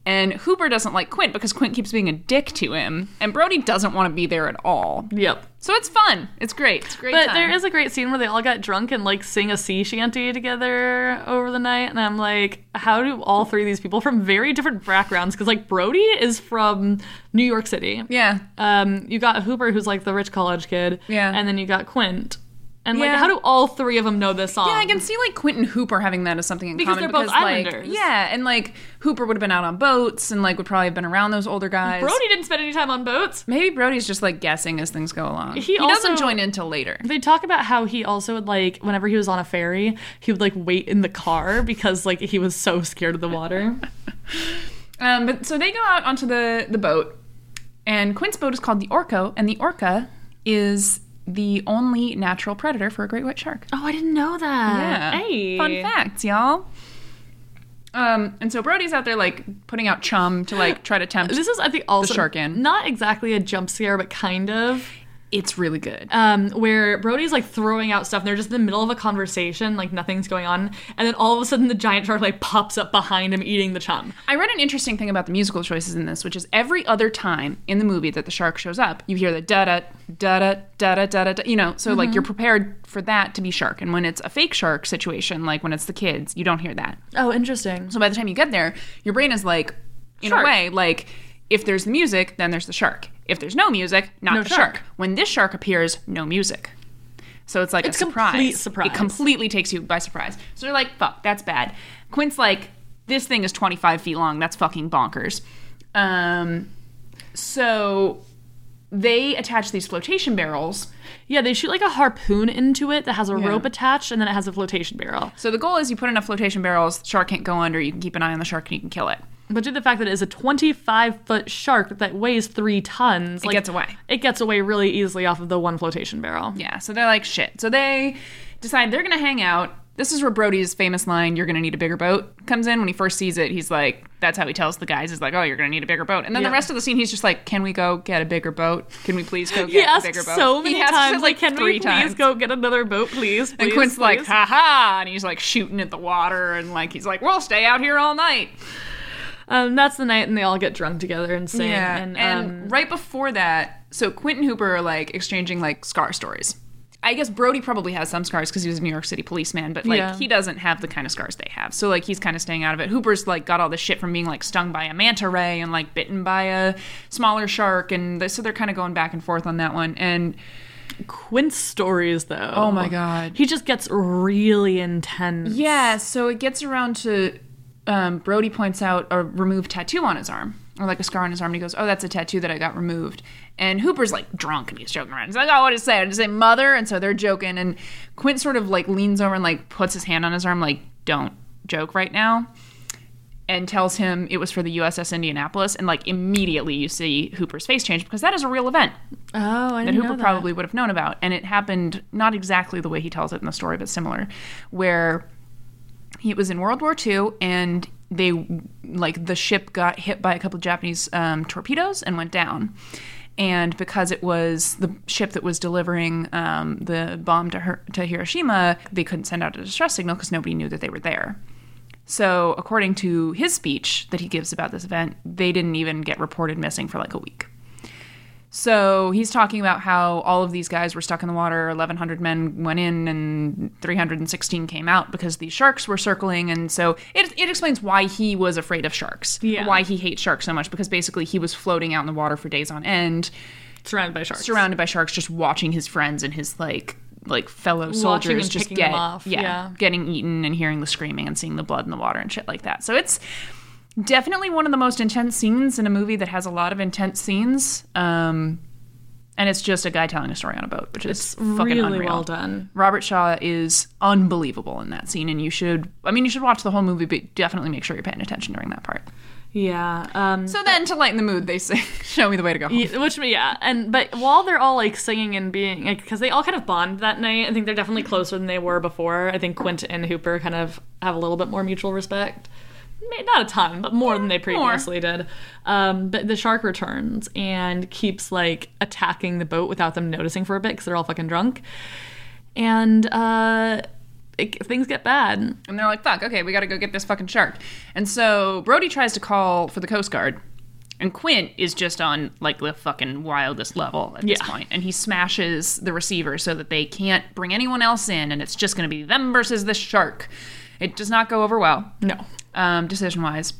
Speaker 1: And Hooper doesn't like Quint because Quint keeps being a dick to him, and Brody doesn't want to be there at all.
Speaker 2: Yep.
Speaker 1: So it's fun. It's great. It's a great.
Speaker 2: But
Speaker 1: time.
Speaker 2: there is a great scene where they all got drunk and like sing a sea shanty together over the night, and I'm like, how do all three of these people from very different backgrounds? Because like Brody is from New York City.
Speaker 1: yeah.
Speaker 2: Um, you got Hooper, who's like the rich college kid.
Speaker 1: Yeah.
Speaker 2: And then you got Quint. And
Speaker 1: Yeah.
Speaker 2: like, how do all three of them know this song?
Speaker 1: Yeah, I can see like Quentin Hooper having that as something in
Speaker 2: Because
Speaker 1: common
Speaker 2: they're both
Speaker 1: like,
Speaker 2: islanders.
Speaker 1: yeah, and like Hooper would have been out on boats and like would probably have been around those older guys.
Speaker 2: Brody didn't spend any time on boats.
Speaker 1: Maybe Brody's just like guessing as things go along. He,
Speaker 2: also-
Speaker 1: doesn't join until later.
Speaker 2: They talk about how he also would like whenever he was on a ferry, he would like wait in the car because like he was so scared of the water.
Speaker 1: Um, but so they go out onto the the boat, and Quint's boat is called the Orca, and the Orca is the only natural predator for a great white shark.
Speaker 2: oh, I didn't know
Speaker 1: Yeah.
Speaker 2: that. Hey.
Speaker 1: Fun facts, y'all. Um, and so Brody's out there like putting out chum to like try to tempt.
Speaker 2: This is, I think, also
Speaker 1: shark in.
Speaker 2: Not exactly a jump scare, but kind of.
Speaker 1: It's really good.
Speaker 2: Um, where Brody's like throwing out stuff, and they're just in the middle of a conversation, like nothing's going on, and then all of a sudden the giant shark like pops up behind him eating the chum.
Speaker 1: I read an interesting thing about the musical choices in this, which is every other time in the movie that the shark shows up, you hear the da da da da da da da da. You know, so like you're prepared for that to be shark. And when it's a fake shark situation, like when it's the kids, you don't hear that.
Speaker 2: Oh, interesting.
Speaker 1: So by the time you get there, your brain is like, in a
Speaker 2: Shark.
Speaker 1: way, like if there's the music, then there's the shark. If there's no music, not
Speaker 2: No
Speaker 1: the
Speaker 2: shark.
Speaker 1: shark. When this shark appears, no music. So it's like
Speaker 2: It's
Speaker 1: a surprise.
Speaker 2: complete surprise.
Speaker 1: It completely takes you by surprise. So you're like, fuck, that's bad. Quint's like, this thing is 25 feet long. That's fucking bonkers. Um, so they attach these flotation barrels.
Speaker 2: Yeah, they shoot like a harpoon into it that has a
Speaker 1: Yeah.
Speaker 2: rope attached, and then it has a flotation barrel.
Speaker 1: So the goal is you put enough flotation barrels, the shark can't go under. You can keep an eye on the shark and you can kill it.
Speaker 2: But due to the fact that it is a 25 foot shark that weighs three tons, it
Speaker 1: gets away.
Speaker 2: It gets away really easily off of the one flotation barrel.
Speaker 1: Yeah, so they're like shit. So they decide they're gonna hang out. This is where Brody's famous line, "You're going to need a bigger boat," comes in. When he first sees it, he's like, "That's how he tells the guys." He's like, "Oh, you're going to need a bigger boat." And then
Speaker 2: Yeah.
Speaker 1: the rest of the scene, he's just like, "Can we go get a bigger boat? Can we please go get
Speaker 2: He
Speaker 1: a bigger
Speaker 2: asks
Speaker 1: boat?"
Speaker 2: so many
Speaker 1: he asks it,
Speaker 2: times, like,
Speaker 1: like
Speaker 2: can
Speaker 1: three
Speaker 2: we please
Speaker 1: times.
Speaker 2: go get another boat, please?
Speaker 1: and
Speaker 2: please,
Speaker 1: Quint's like,
Speaker 2: please?"
Speaker 1: "Ha ha!" And he's like shooting at the water, and like he's like, "We'll stay out here all night."
Speaker 2: um, that's the night, and they all get drunk together and sing.
Speaker 1: Yeah,
Speaker 2: and,
Speaker 1: and,
Speaker 2: um,
Speaker 1: right before that, so Quint and Hooper are like exchanging like scar stories. I guess Brody probably has some scars because he was a New York City policeman, but like
Speaker 2: Yeah.
Speaker 1: he doesn't have the kind of scars they have. So like he's kind of staying out of it. Hooper's like got all this shit from being like stung by a manta ray and like bitten by a smaller shark, and th- so they're kind of going back and forth on that one. And
Speaker 2: Quint's stories, though.
Speaker 1: Oh my God.
Speaker 2: he just gets really intense.
Speaker 1: Yeah, so it gets around to um, Brody points out a removed tattoo on his arm, or like a scar on his arm, and he goes, "Oh, that's a tattoo that I got removed." And Hooper's like drunk and he's joking around. He's like, "Oh, what did it say? Did it say mother?" And so they're joking, and Quint sort of like leans over and like puts his hand on his arm, like, "Don't joke right now." And tells him it was for the USS Indianapolis, and like immediately you see Hooper's face change because that is a real event
Speaker 2: Oh, I
Speaker 1: that
Speaker 2: didn't know
Speaker 1: Hooper
Speaker 2: that.
Speaker 1: probably would have known about. And it happened not exactly the way he tells it in the story, but similar, where he was in World War II and they like the ship got hit by a couple of Japanese um, torpedoes and went down. And because it was the ship that was delivering um, the bomb to, her, to Hiroshima, they couldn't send out a distress signal because nobody knew that they were there. So, according to his speech that he gives about this event, they didn't even get reported missing for like a week. So he's talking about how all of these guys were stuck in the water. 1,100 men went in and 316 came out because these sharks were circling. And so it, it explains why he was afraid of sharks,
Speaker 2: Yeah.
Speaker 1: why he hates sharks so much, because basically he was floating out in the water for days on end,
Speaker 2: surrounded by sharks.
Speaker 1: surrounded by sharks, just watching his friends and his like like fellow soldiers
Speaker 2: and
Speaker 1: just
Speaker 2: picking
Speaker 1: get
Speaker 2: them off, yeah.
Speaker 1: getting eaten and hearing the screaming and seeing the blood in the water and shit like that. So it's definitely one of the most intense scenes in a movie that has a lot of intense scenes. Um, and it's just a guy telling a story on a boat, which is fucking
Speaker 2: really
Speaker 1: unreal.
Speaker 2: well done.
Speaker 1: Robert Shaw is unbelievable in that scene, and you should, I mean, you should watch the whole movie, but definitely make sure you're paying attention during that part.
Speaker 2: Yeah. Um,
Speaker 1: So then, to lighten the mood, they say, Show me the way to go home.
Speaker 2: Yeah, which yeah, and but while they're all like singing and being like, because they all kind of bond that night. I think they're definitely closer than they were before. I think Quint and Hooper kind of have a little bit more mutual respect. May- Not a ton, but more than they previously did. Um, but the shark returns and keeps like attacking the boat without them noticing for a bit because they're all fucking drunk, and uh, it, things get bad.
Speaker 1: And they're like, fuck, okay, we gotta go get this fucking shark. And so Brody tries to call for the Coast Guard. And Quint is just on like the fucking wildest level at this
Speaker 2: Yeah.
Speaker 1: point. And he smashes the receiver so that they can't bring anyone else in and it's just gonna be them versus the shark. It does not go over well
Speaker 2: No,
Speaker 1: um, decision wise.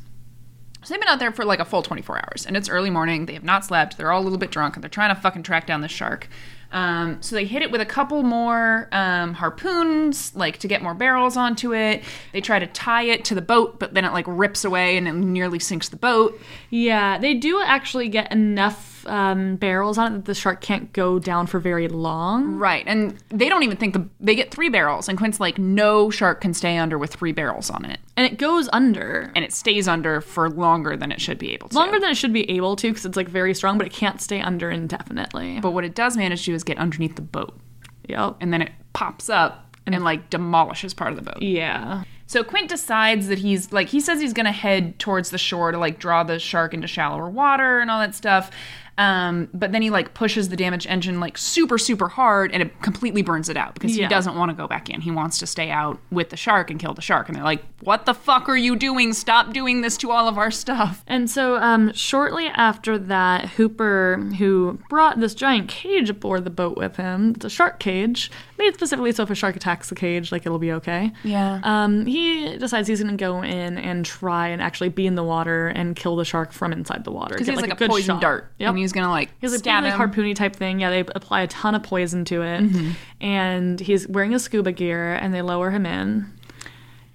Speaker 1: So they've been out there for like a full 24 hours, and it's early morning. They have not slept. They're all a little bit drunk, and they're trying to fucking track down this shark. Um, so they hit it with a couple more um, harpoons, like to get more barrels onto it. They try to tie it to the boat, but then it like rips away and it nearly sinks the boat.
Speaker 2: Yeah, they do actually get enough um, barrels on it that the shark can't go down for very long.
Speaker 1: Right, and they don't even think the they get three barrels, and Quint's like, no shark can stay under with three barrels on it,
Speaker 2: And it goes under.
Speaker 1: and it stays under for longer than it should be able to.
Speaker 2: Longer than it should be able to because it's like very strong, but it can't stay under indefinitely.
Speaker 1: but what it does manage to do is get underneath the boat.
Speaker 2: Yep.
Speaker 1: and then it pops up and, like demolishes part of the boat.
Speaker 2: Yeah.
Speaker 1: So Quint decides that he's like he says he's gonna head towards the shore to like draw the shark into shallower water and all that stuff. Um, but then he like pushes the damaged engine like super super hard and it completely burns it out because
Speaker 2: Yeah.
Speaker 1: he doesn't want to go back in. He wants to stay out with the shark and kill the shark. And they're like, "What the fuck are you doing? Stop doing this to all of our stuff."
Speaker 2: And so, um, shortly after that, Hooper, who brought this giant cage aboard the boat with him, it's a shark cage, made specifically so if a shark attacks the cage, like it'll be okay.
Speaker 1: Yeah.
Speaker 2: Um, he decides he's going to go in and try and actually be in the water and kill the shark from inside the water.
Speaker 1: Because
Speaker 2: Get,
Speaker 1: he has like,
Speaker 2: good
Speaker 1: a poison
Speaker 2: shot.
Speaker 1: dart
Speaker 2: Yep.
Speaker 1: and he's gonna like
Speaker 2: He's like
Speaker 1: stab
Speaker 2: doing,
Speaker 1: him. Mm-hmm.
Speaker 2: like harpoony type thing. Yeah, they apply a ton of poison to it, and he's wearing a scuba gear, and they lower him in.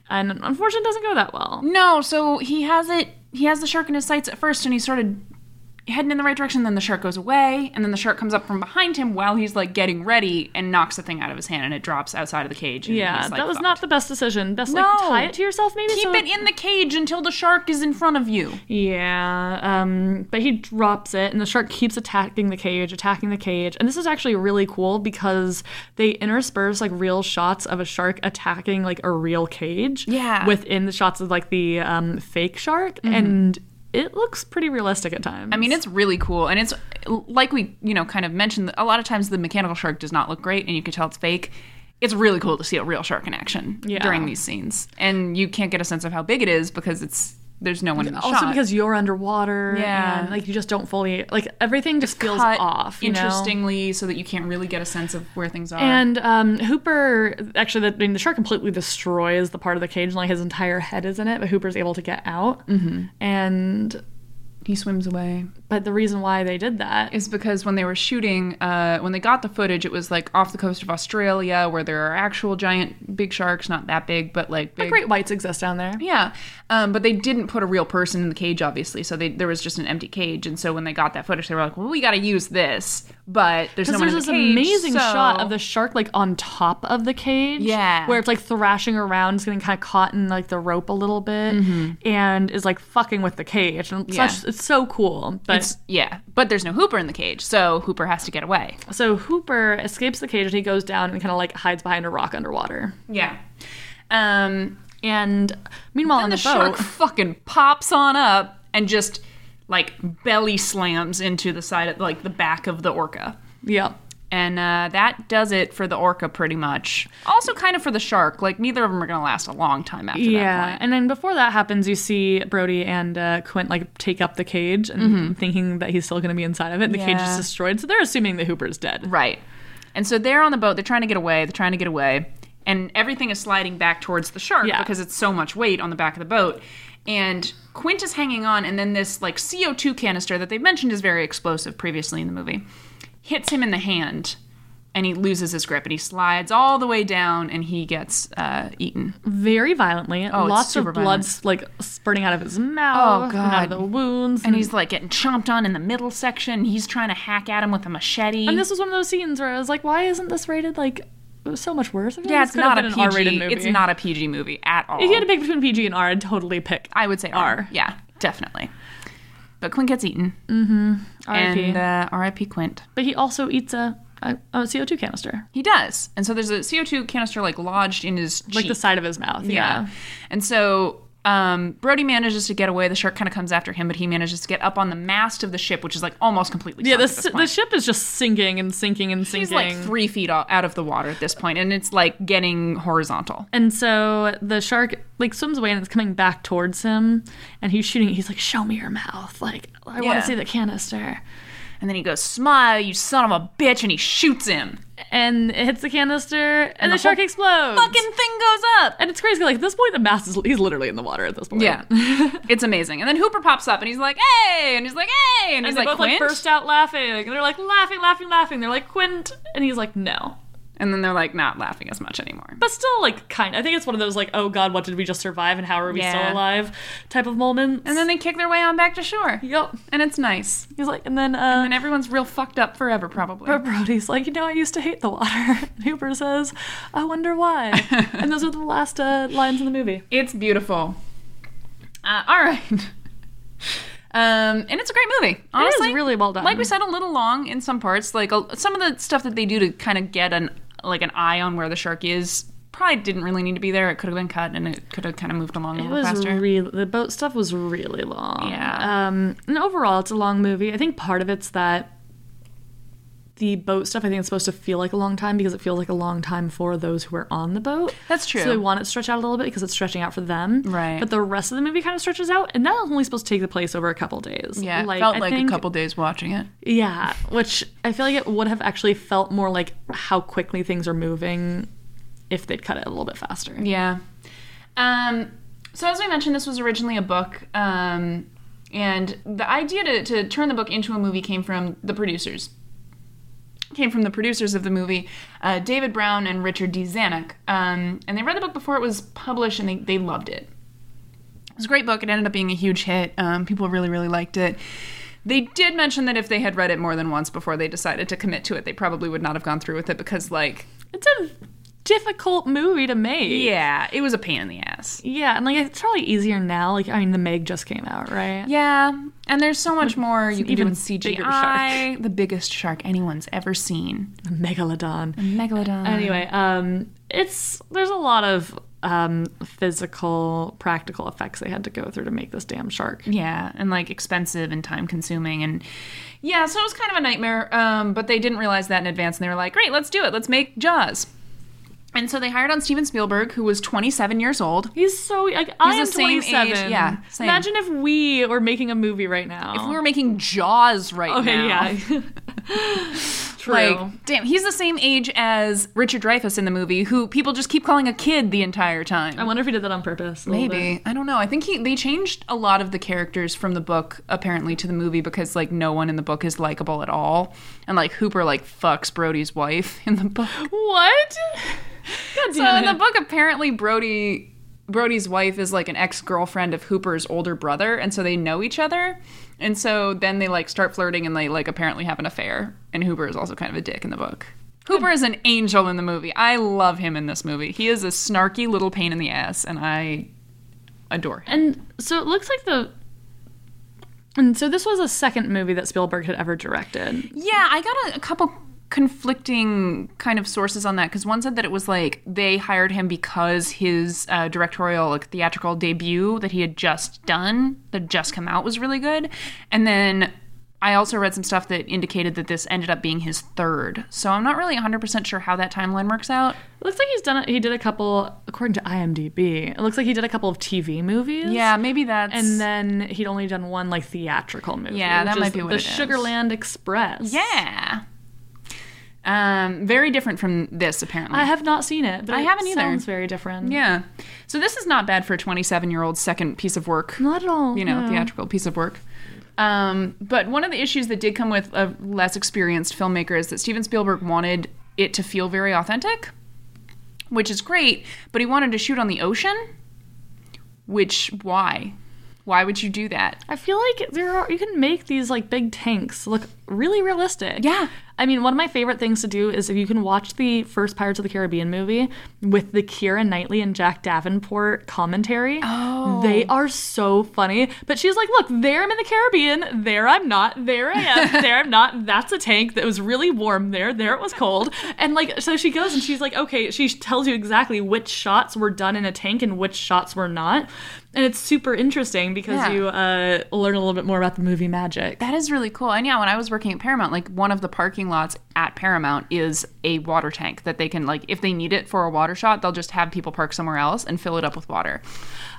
Speaker 2: And
Speaker 1: Mm-hmm.
Speaker 2: unfortunately, it doesn't go that well.
Speaker 1: No, so he has it. He has the shark in his sights at first, and he sort of heading in the right direction. Then the shark goes away, and then the shark comes up from behind him while he's like getting ready and knocks the thing out of his hand, and it drops outside of the cage. and
Speaker 2: Yeah,
Speaker 1: he's, like,
Speaker 2: that was
Speaker 1: fucked.
Speaker 2: not the best decision. Best like
Speaker 1: No.
Speaker 2: tie it to yourself maybe.
Speaker 1: Keep
Speaker 2: so-
Speaker 1: it in the cage until the shark is in front of you.
Speaker 2: Yeah, um, but he drops it, and the shark keeps attacking the cage, attacking the cage. And this is actually really cool because they intersperse like real shots of a shark attacking like a real cage.
Speaker 1: Yeah. Mm-hmm.
Speaker 2: within the shots of like the um, fake shark, and it looks pretty realistic at times.
Speaker 1: I mean, it's really cool, and it's like we, you know, kind of mentioned. A lot of times, the mechanical shark does not look great, and you can tell it's fake. It's really cool to see a real shark in action
Speaker 2: Yeah.
Speaker 1: during these scenes, and you can't get a sense of how big it is because it's there's no one in the
Speaker 2: also
Speaker 1: shot.
Speaker 2: because you're underwater.
Speaker 1: Yeah.
Speaker 2: and, like you just don't fully like everything just feels
Speaker 1: Cut
Speaker 2: off. you know?
Speaker 1: interestingly, so that you can't really get a sense of where things are.
Speaker 2: And um, Hooper, actually, the, I mean, the shark completely destroys the part of the cage, and like his entire head is in it, but Hooper's able to get out. Mm-hmm. And
Speaker 1: he swims away.
Speaker 2: but the reason why they did that is
Speaker 1: is because when they were shooting, uh, when they got the footage, it was like off the coast of Australia, where there are actual giant big sharks, not that big, but like big.
Speaker 2: great whites exist down there.
Speaker 1: Yeah, um, but they didn't put a real person in the cage, obviously. So they, there was just an empty cage, and so when they got that footage, they were like, "Well, we got to use this." But there's no one
Speaker 2: Because there's
Speaker 1: in
Speaker 2: this
Speaker 1: the cage,
Speaker 2: amazing
Speaker 1: so-
Speaker 2: shot of the shark like on top of the cage,
Speaker 1: Yeah.
Speaker 2: where it's like thrashing around, it's getting kind of caught in like the rope a little bit, and is like fucking with the cage, and
Speaker 1: Mm-hmm. Yeah.
Speaker 2: such, it's so cool. But
Speaker 1: It's- yeah, but there's no Hooper in the cage, so Hooper has to get away.
Speaker 2: so Hooper escapes the cage and he goes down and kind of like hides behind a rock underwater.
Speaker 1: Yeah. Um,
Speaker 2: And meanwhile, on
Speaker 1: and the,
Speaker 2: the,
Speaker 1: shark
Speaker 2: boat,
Speaker 1: fucking pops on up and just like belly slams into the side of like the back of the orca.
Speaker 2: yeah,
Speaker 1: And uh, that does it for the orca, pretty much. Also, kind of for the shark. Like neither of them are going to last a long time after that
Speaker 2: yeah.
Speaker 1: point.
Speaker 2: And then before that happens, you see Brody and uh, Quint like take up the cage and thinking that he's still going to be inside of it. The cage
Speaker 1: Mm-hmm. Yeah.
Speaker 2: is destroyed, so they're assuming that Hooper's dead.
Speaker 1: Right. And so they're on the boat. They're trying to get away. They're trying to get away. And everything is sliding back towards the shark
Speaker 2: Yeah.
Speaker 1: because it's so much weight on the back of the boat. And Quint is hanging on. And then this like CO2 canister that they mentioned is very explosive previously in the movie hits him in the hand. And he loses his grip and he slides all the way down and he gets uh, eaten.
Speaker 2: Very violently,
Speaker 1: oh, it's
Speaker 2: lots of
Speaker 1: super
Speaker 2: blood
Speaker 1: violent. Oh,
Speaker 2: like spurting out of his mouth, and out
Speaker 1: God.
Speaker 2: of the wounds,
Speaker 1: And he's like getting chomped on in the middle section. He's trying to hack at him with a machete.
Speaker 2: And this was one of those scenes where I was like, why isn't this rated like so much worse? I feel
Speaker 1: yeah,
Speaker 2: like
Speaker 1: it's
Speaker 2: this could have
Speaker 1: not a
Speaker 2: been
Speaker 1: PG.
Speaker 2: an R-rated movie.
Speaker 1: It's not a PG movie at all.
Speaker 2: If you had to pick between PG and R, I'd totally pick
Speaker 1: I would say R.
Speaker 2: R.
Speaker 1: Yeah, definitely. But Quint gets eaten.
Speaker 2: R.I.P.
Speaker 1: And uh, R.I.P. Quint.
Speaker 2: but he also eats a, a, a CO2 canister,
Speaker 1: He does. And so there's a CO2 canister like lodged in his cheek.
Speaker 2: like the side of his mouth.
Speaker 1: yeah.
Speaker 2: yeah.
Speaker 1: And so um, Brody manages to get away. The shark kind of comes after him, but he manages to get up on the mast of the ship, which is like almost completely
Speaker 2: Yeah,
Speaker 1: sunk
Speaker 2: the,
Speaker 1: at this
Speaker 2: s- the
Speaker 1: point.
Speaker 2: ship is just sinking and sinking and sinking.
Speaker 1: He's like three feet o- out of the water at this point, and it's like getting horizontal.
Speaker 2: and so the shark like swims away and it's coming back towards him, and he's shooting. He's like, "Show me your mouth! Like, I want
Speaker 1: Yeah.
Speaker 2: to see the canister."
Speaker 1: And then he goes, "Smile, you son of a bitch!" and he shoots him.
Speaker 2: And it hits the canister, and, the,
Speaker 1: the
Speaker 2: shark
Speaker 1: whole
Speaker 2: explodes.
Speaker 1: Fucking thing goes up.
Speaker 2: and it's crazy. Like at this point, the mast is—he's literally in the water at this point.
Speaker 1: Yeah, it's amazing. And then Hooper pops up and he's like, "Hey!" and he's like, "Hey!" and he's
Speaker 2: And they
Speaker 1: like,
Speaker 2: both like
Speaker 1: "Quint?"
Speaker 2: burst out laughing. And they're like laughing, laughing, laughing. They're like Quint, and he's like no,
Speaker 1: And then they're like, not laughing as much anymore.
Speaker 2: but still like kind. I think it's one of those like oh god, what did we just survive and how are we
Speaker 1: Yeah.
Speaker 2: still alive type of moments.
Speaker 1: And then they kick their way on back to shore,
Speaker 2: yep,
Speaker 1: and it's nice.
Speaker 2: he's like, and then uh,
Speaker 1: And everyone's real fucked up forever, probably.
Speaker 2: But Brody's like, you know, I used to hate the water. And Hooper says, I wonder why. and those are the last uh, lines in the movie.
Speaker 1: It's beautiful. Uh, all right. Um, and it's a great movie. Honestly,
Speaker 2: really well done.
Speaker 1: Like we said, a little long in some parts. Like a, some of the stuff that they do to kind of get an like an eye on where the shark is probably didn't really need to be there. It could have been cut, and it could have kind of moved along a
Speaker 2: It
Speaker 1: little
Speaker 2: was
Speaker 1: faster.
Speaker 2: really the boat stuff was really long.
Speaker 1: Yeah.
Speaker 2: Um, and overall, it's a long movie. I think part of it's that the boat stuff. I think it's supposed to feel like a long time because it feels like a long time for those who are on the boat.
Speaker 1: That's true.
Speaker 2: So they want it to stretch out a little bit because it's stretching out for them.
Speaker 1: Right.
Speaker 2: But the rest of the movie kind of stretches out, and that's only supposed to take the place over a couple days.
Speaker 1: yeah, it felt
Speaker 2: I
Speaker 1: like a
Speaker 2: think-
Speaker 1: couple days watching it.
Speaker 2: Yeah, which I feel like it would have actually felt more like how quickly things are moving if they'd cut it a little bit faster.
Speaker 1: Yeah. Um, so as we mentioned, this was originally a book, um, and the idea to, to turn the book into a movie came from the producers. Came from the producers of the movie, uh, David Brown and Richard D. Zanuck, um, and they read the book before it was published, and they, they loved it. It was a great book. It ended up being a huge hit. Um, people really, really liked it. They did mention that if they had read it more than once before they decided to commit to it, they probably would not have gone through with it because, like,
Speaker 2: It's a difficult movie to make.
Speaker 1: yeah, it was a pain in the ass.
Speaker 2: Yeah, and like it's probably easier now. Like I mean, the Meg just came out, right?
Speaker 1: Yeah, and there's so much more you can
Speaker 2: even
Speaker 1: do in
Speaker 2: bigger
Speaker 1: CGI. The biggest shark anyone's ever seen, Mm-hmm.
Speaker 2: Megalodon.
Speaker 1: megalodon.
Speaker 2: Anyway, um, it's there's a lot of um physical, practical effects they had to go through to make this damn shark.
Speaker 1: Yeah, and like expensive and time consuming and yeah, so it was kind of a nightmare. Um, but they didn't realize that in advance, and they were like, "Great, let's do it. Let's make Jaws." And so they hired on Steven Spielberg, who was 27 years old.
Speaker 2: He's so like I
Speaker 1: He's
Speaker 2: am
Speaker 1: the same
Speaker 2: 27.
Speaker 1: age- yeah, same.
Speaker 2: Imagine if we were making a movie right now.
Speaker 1: We were making Jaws right
Speaker 2: okay,
Speaker 1: now.
Speaker 2: yeah. True.
Speaker 1: Like, damn, he's the same age as Richard Dreyfuss in the movie, who people just keep calling a kid the entire time.
Speaker 2: I wonder if he did that on purpose. a little
Speaker 1: Maybe I don't know. I think he they changed a lot of the characters from the book apparently to the movie because like no one in the book is likable at all, and like Hooper like fucks Brody's wife in the book.
Speaker 2: bit. What? God
Speaker 1: So
Speaker 2: damn
Speaker 1: in the
Speaker 2: it.
Speaker 1: book, apparently Brody Brody's wife is like an ex girlfriend of Hooper's older brother, and so they know each other, and so then they like start flirting and they like apparently have an affair. And Hooper is also kind of a dick in the book. Hooper is an angel in the movie. I love him in this movie. He is a snarky little pain in the ass, and I adore him.
Speaker 2: And so it looks like the. And so this was a second movie that Spielberg had ever directed.
Speaker 1: Yeah, I got a, a couple conflicting kind of sources on that because one said that it was like they hired him because his uh, directorial like theatrical debut that he had just done that had just come out was really good, and then. I also read some stuff that indicated that this ended up being his third. So I'm not really 100% sure how that timeline works out.
Speaker 2: It looks like he's done. A, he did a couple, according to IMDb. It looks like he did a couple of TV movies.
Speaker 1: Yeah, maybe that's
Speaker 2: And then he'd only done one like theatrical movie.
Speaker 1: Yeah, that
Speaker 2: which
Speaker 1: might
Speaker 2: is
Speaker 1: be what
Speaker 2: the
Speaker 1: it is.
Speaker 2: Sugarland Express.
Speaker 1: Yeah. Um very different from this apparently.
Speaker 2: I have not seen it, but
Speaker 1: I
Speaker 2: it
Speaker 1: haven't either.
Speaker 2: Sounds very different.
Speaker 1: yeah. So this is not bad for a 27-year-old's second piece of work.
Speaker 2: not at all.
Speaker 1: you know,
Speaker 2: no.
Speaker 1: theatrical piece of work. Um, but one of the issues that did come with a less experienced filmmaker is that Steven Spielberg wanted it to feel very authentic, which is great, but he wanted to shoot on the ocean, which why? Why would you do that?
Speaker 2: I feel like there are you can make these like big tanks look really realistic.
Speaker 1: Yeah.
Speaker 2: I mean, one of my favorite things to do is if you can watch the first Pirates of the Caribbean movie with the Kira Knightley and Jack Davenport commentary. Oh. They are so funny. But she's like, look, there I'm in the Caribbean. There I'm not. There I am. there I'm not. That's a tank that was really warm there. There it was cold. And like, so she goes and she's like, okay, she tells you exactly which shots were done in a tank and which shots were not. And it's super interesting because
Speaker 1: Yeah.
Speaker 2: you uh, learn a little bit more about the movie magic.
Speaker 1: That is really cool. And yeah, when I was working at Paramount, like one of the parking lots at Paramount is a water tank that they can like if they need it for a water shot, they'll just have people park somewhere else and fill it up with water.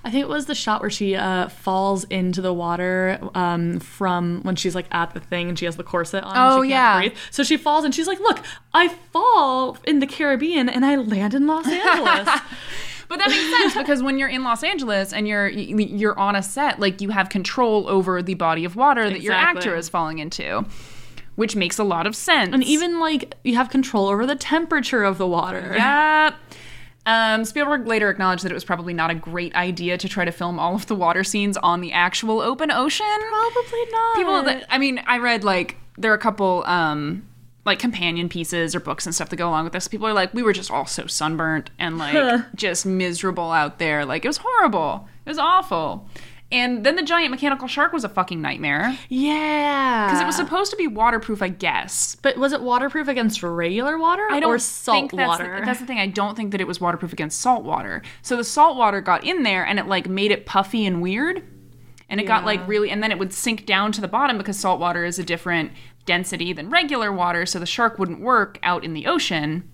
Speaker 2: I think it was the shot where she uh, falls into the water um, from when she's like at the thing and she has the corset on. and
Speaker 1: Oh,
Speaker 2: she can't
Speaker 1: yeah.
Speaker 2: breathe. So she falls and she's like, "Look, I fall in the Caribbean and I land in Los Angeles."
Speaker 1: But that makes sense because when you're in Los Angeles and you're you're on a set, like you have control over the body of water that your
Speaker 2: Exactly.
Speaker 1: actor is falling into, which makes a lot of sense.
Speaker 2: and even like you have control over the temperature of the water.
Speaker 1: Yep. Um, Spielberg later acknowledged that it was probably not a great idea to try to film all of the water scenes on the actual open ocean.
Speaker 2: Probably not.
Speaker 1: People that I mean, I read like there are a couple um like companion pieces or books and stuff that go along with this. People are like, we were just all so sunburnt and
Speaker 2: Huh.
Speaker 1: like just miserable out there. Like it was horrible. It was awful. And then the giant mechanical shark was a fucking nightmare
Speaker 2: yeah,
Speaker 1: because it was supposed to be waterproof, I guess.
Speaker 2: But was it waterproof against regular water
Speaker 1: I don't
Speaker 2: or salt
Speaker 1: think that's
Speaker 2: water?
Speaker 1: The, that's the thing. I don't think that it was waterproof against salt water. So the salt water got in there and it like made it puffy and weird, and it got
Speaker 2: Yeah.
Speaker 1: like really, and then it would sink down to the bottom because salt water is a different density than regular water, so the shark wouldn't work out in the ocean.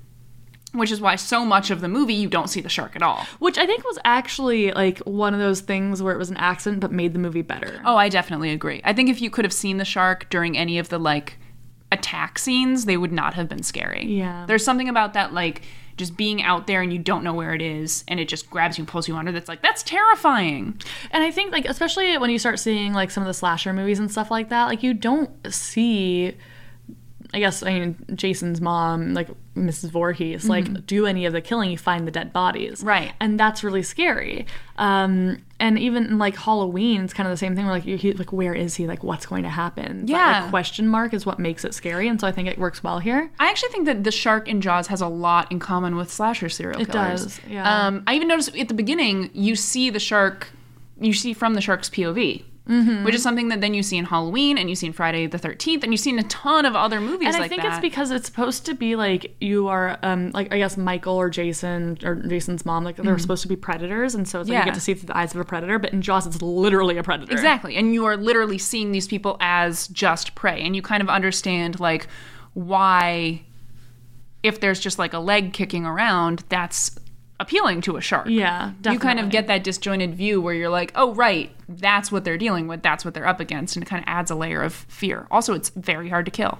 Speaker 1: Which is why so much of the movie you don't see the shark at all.
Speaker 2: Which I think was actually like one of those things where it was an accident but made the movie better.
Speaker 1: Oh, I definitely agree. I think if you could have seen the shark during any of the like attack scenes, they would not have been scary.
Speaker 2: Yeah.
Speaker 1: There's something about that like just being out there and you don't know where it is and it just grabs you and pulls you under that's like that's terrifying.
Speaker 2: And I think like especially when you start seeing like some of the slasher movies and stuff like that, like you don't see I guess I mean Jason's mom like Mrs. Voorhees like do any of the killing. You find the dead bodies,
Speaker 1: Mm-hmm. Right.
Speaker 2: And that's really scary. Um, and even in, like Halloween, it's kind of the same thing. Where like you he, like where is he? Like what's going to happen? That, like,
Speaker 1: Yeah.
Speaker 2: question mark is what makes it scary, and so I think it works well here.
Speaker 1: I actually think that the shark in Jaws has a lot in common with slasher serial
Speaker 2: It
Speaker 1: killers.
Speaker 2: does, yeah.
Speaker 1: Um, I even noticed at the beginning you see the shark, you see from the shark's POV.
Speaker 2: Mm-hmm.
Speaker 1: Which is something that then you see in Halloween and you see in Friday the 13th and you see in a ton of other movies
Speaker 2: and
Speaker 1: like
Speaker 2: I think
Speaker 1: that.
Speaker 2: it's because it's supposed to be like you are, um, like I guess Michael or Jason or Jason's mom, like they're supposed to be predators, and so it's
Speaker 1: Mm-hmm.
Speaker 2: like
Speaker 1: Yeah.
Speaker 2: you get to see through the eyes of a predator. But in Jaws, it's literally a predator.
Speaker 1: Exactly. And you are literally seeing these people as just prey. And you kind of understand, like, why, if there's just like a leg kicking around, that's appealing to a shark.
Speaker 2: Yeah, definitely.
Speaker 1: You kind of get that disjointed view where you're like, oh, right, that's what they're dealing with, that's what they're up against. And it kind of adds a layer of fear. Also, it's very hard to kill.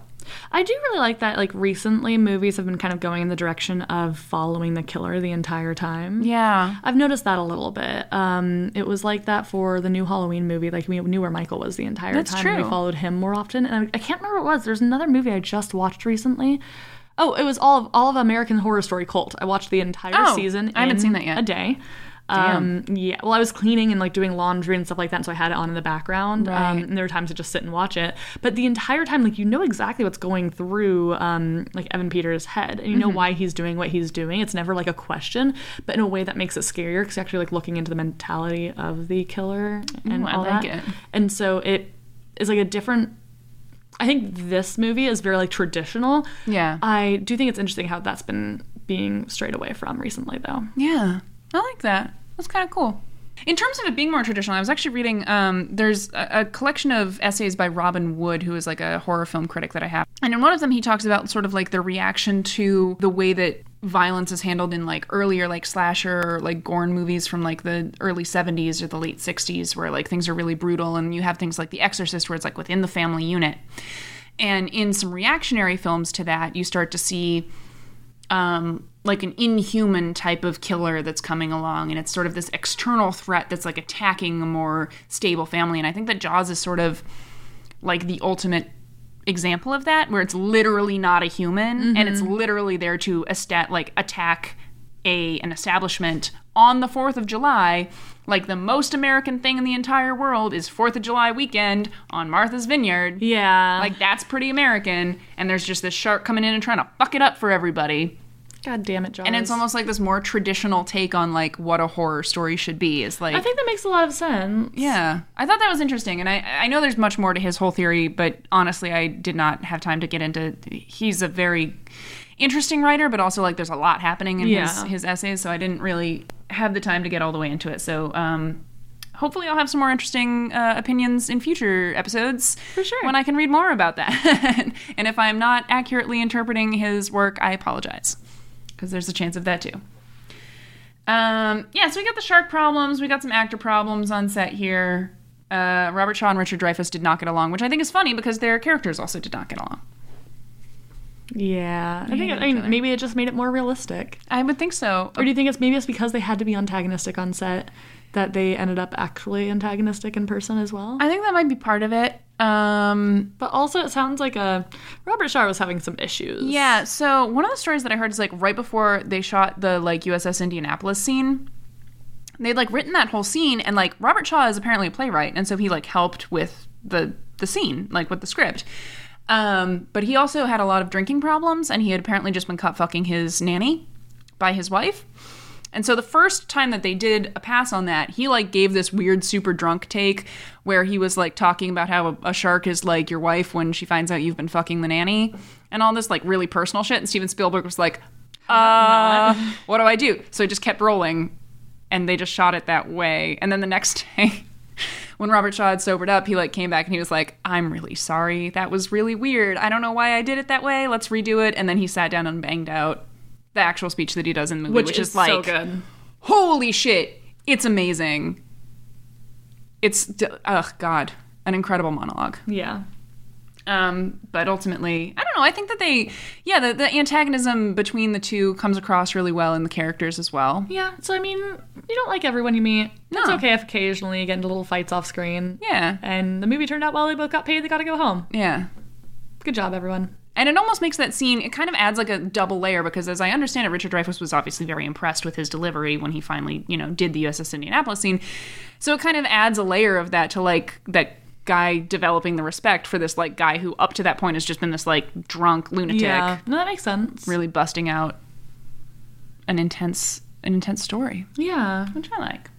Speaker 2: I do really like that. Like recently, movies have been kind of going in the direction of following the killer the entire time.
Speaker 1: Yeah.
Speaker 2: I've noticed that a little bit. Um, it was like that for the new Halloween movie. Like we knew where Michael was the entire
Speaker 1: That's
Speaker 2: time. and
Speaker 1: true.
Speaker 2: We followed him more often, and I, I can't remember what it was. There's another movie I just watched recently. Oh, it was all of all of American Horror Story Cult. I watched the entire
Speaker 1: Oh,
Speaker 2: season.
Speaker 1: I haven't
Speaker 2: in
Speaker 1: seen that yet.
Speaker 2: A day. Um, yeah. Well, I was cleaning and like doing laundry and stuff like that, so I had it on in the background. Um,
Speaker 1: Right.
Speaker 2: and there were times to just sit and watch it. But the entire time, like you know exactly what's going through um, like Evan Peters' head, and you
Speaker 1: Mm-hmm.
Speaker 2: know why he's doing what he's doing. It's never like a question, but in a way that makes it scarier because you're actually like looking into the mentality of the killer and
Speaker 1: Ooh, I
Speaker 2: all
Speaker 1: like
Speaker 2: that.
Speaker 1: it.
Speaker 2: And so it is like a different. I think this movie is very like traditional.
Speaker 1: Yeah.
Speaker 2: I do think it's interesting how that's been being strayed away from recently, though.
Speaker 1: Yeah, I like that. That's kind of cool. In terms of it being more traditional, I was actually reading. Um, there's a, a collection of essays by Robin Wood, who is like a horror film critic that I have, and in one of them, he talks about sort of like the reaction to the way that violence is handled in like earlier like slasher or like Gorn movies from like the early 70s or the late 60s, where like things are really brutal, and you have things like The Exorcist, where it's like within the family unit, and in some reactionary films to that, you start to see um, like an inhuman type of killer that's coming along, and it's sort of this external threat that's like attacking a more stable family. And I think that Jaws is sort of like the ultimate example of that, where it's literally not a human, and it's literally there to estat- like attack a an establishment on the Fourth of July. Like the most American thing in the entire world is Fourth of July weekend on Martha's Vineyard.
Speaker 2: Yeah.
Speaker 1: Like that's pretty American, and there's just this shark coming in and trying to fuck it up for everybody.
Speaker 2: God damn it, John.
Speaker 1: And it's almost like this more traditional take on like what a horror story should be. Is like
Speaker 2: I think that makes a lot of sense.
Speaker 1: yeah, I thought that was interesting, and I I know there's much more to his whole theory, but honestly, I did not have time to get into. He's a very interesting writer, but also like there's a lot happening in his
Speaker 2: Yeah.
Speaker 1: his essays, so I didn't really have the time to get all the way into it. So um, hopefully, I'll have some more interesting uh, opinions in future episodes
Speaker 2: For sure.
Speaker 1: when I can read more about that. and if I'm not accurately interpreting his work, I apologize because there's a chance of that too. Um, yeah, so we got the shark problems. We got some actor problems on set here. Uh, Robert Shaw and Richard Dreyfuss did not get along, which I think is funny because their characters also did not get along.
Speaker 2: Yeah. I think
Speaker 1: hate
Speaker 2: it,
Speaker 1: each
Speaker 2: I mean,
Speaker 1: other.
Speaker 2: maybe it just made it more realistic.
Speaker 1: I would think so.
Speaker 2: Or do you think it's maybe it's because they had to be antagonistic on set that they ended up actually antagonistic in person as well?
Speaker 1: I think that might be part of it. Um,
Speaker 2: But also, it sounds like a Robert Shaw was having some issues.
Speaker 1: yeah, so one of the stories that I heard is like right before they shot the like USS Indianapolis scene, they'd like written that whole scene and like Robert Shaw is apparently a playwright and so he like helped with the the scene, like with the script. Um, but he also had a lot of drinking problems and he had apparently just been caught fucking his nanny by his wife. And so the first time that they did a pass on that, he like gave this weird super drunk take where he was like talking about how a, a shark is like your wife when she finds out you've been fucking the nanny and all this like really personal shit and Steven Spielberg was like, "Uh, what do I do?" So he just kept rolling and they just shot it that way. And then the next day, when Robert Shaw had sobered up, he like came back and he was like, "I'm really sorry. That was really weird. I don't know why I did it that way. Let's redo it." And then he sat down and banged out the actual speech that he does in the movie,
Speaker 2: Which,
Speaker 1: which,
Speaker 2: is,
Speaker 1: like,
Speaker 2: so good.
Speaker 1: "Holy shit, it's amazing. It's d- ugh, god, an incredible monologue."
Speaker 2: Yeah.
Speaker 1: Um, but ultimately, I don't know. I think that they, yeah, the, the antagonism between the two comes across really well in the characters as well.
Speaker 2: Yeah. So, I mean, you don't like everyone you meet. It's
Speaker 1: No.
Speaker 2: okay if occasionally you get into little fights off screen.
Speaker 1: Yeah,
Speaker 2: And the movie turned out well. They both got paid. They got to go home.
Speaker 1: yeah.
Speaker 2: Good job, everyone.
Speaker 1: And it almost makes that scene, it kind of adds like a double layer because, as I understand it, Richard Dreyfuss was obviously very impressed with his delivery when he finally, you know, did the USS Indianapolis scene. So it kind of adds a layer of that to like that guy developing the respect for this like guy who up to that point has just been this like drunk lunatic,
Speaker 2: Yeah. No, that makes sense.
Speaker 1: really busting out an intense, an intense story,
Speaker 2: Yeah.
Speaker 1: which I like.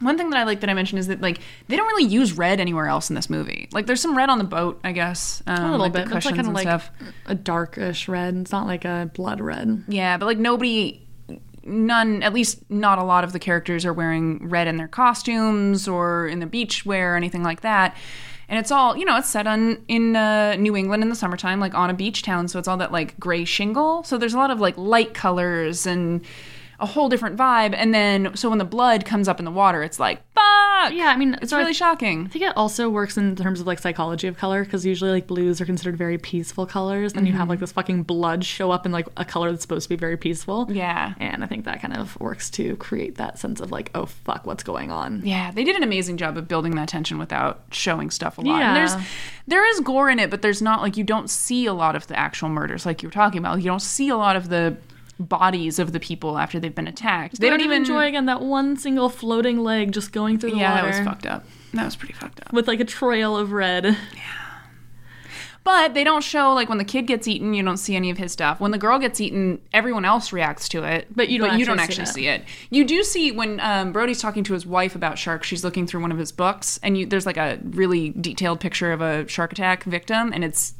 Speaker 1: One thing that I like that I mentioned is that like they don't really use red anywhere else in this movie. Like there's some red on the boat, I guess, um,
Speaker 2: A little
Speaker 1: like
Speaker 2: bit.
Speaker 1: the
Speaker 2: That's
Speaker 1: cushions
Speaker 2: like kind of
Speaker 1: and
Speaker 2: like
Speaker 1: stuff.
Speaker 2: a darkish red. It's not like a blood red.
Speaker 1: Yeah, but like nobody, none, at least not a lot of the characters are wearing red in their costumes or in their beach wear or anything like that. And it's all, you know, it's set on in uh, New England in the summertime, like on a beach town. So it's all that like gray shingle. So there's a lot of like light colors and a whole different vibe. And then, so when the blood comes up in the water, it's like, fuck!
Speaker 2: Yeah, I mean,
Speaker 1: it's
Speaker 2: so I-
Speaker 1: really shocking.
Speaker 2: I think it also works in terms of like psychology of color because usually like blues are considered very peaceful colors. Then you have like this fucking blood show up in like a color that's supposed to be very peaceful.
Speaker 1: Yeah.
Speaker 2: And I think that kind of works to create that sense of like, oh fuck, what's going on?
Speaker 1: Yeah, they did an amazing job of building that tension without showing stuff a lot. And
Speaker 2: Yeah.
Speaker 1: there's there is gore in it, but there's not like you don't see a lot of the actual murders like you were talking about. Like, you don't see a lot of the bodies of the people after they've been attacked. They
Speaker 2: I
Speaker 1: don't
Speaker 2: did
Speaker 1: even
Speaker 2: enjoy again that one single floating leg just going through the
Speaker 1: Yeah,
Speaker 2: water
Speaker 1: that was fucked up. That was pretty fucked up.
Speaker 2: with like a trail of red.
Speaker 1: But they don't show like when the kid gets eaten, you don't see any of his stuff. When the girl gets eaten, everyone else reacts to it,
Speaker 2: But you don't
Speaker 1: but you don't
Speaker 2: actually
Speaker 1: actually
Speaker 2: see
Speaker 1: see it. You do see when um, Brody's talking to his wife about sharks. She's looking through one of his books, and you, there's like a really detailed picture of a shark attack victim, and it's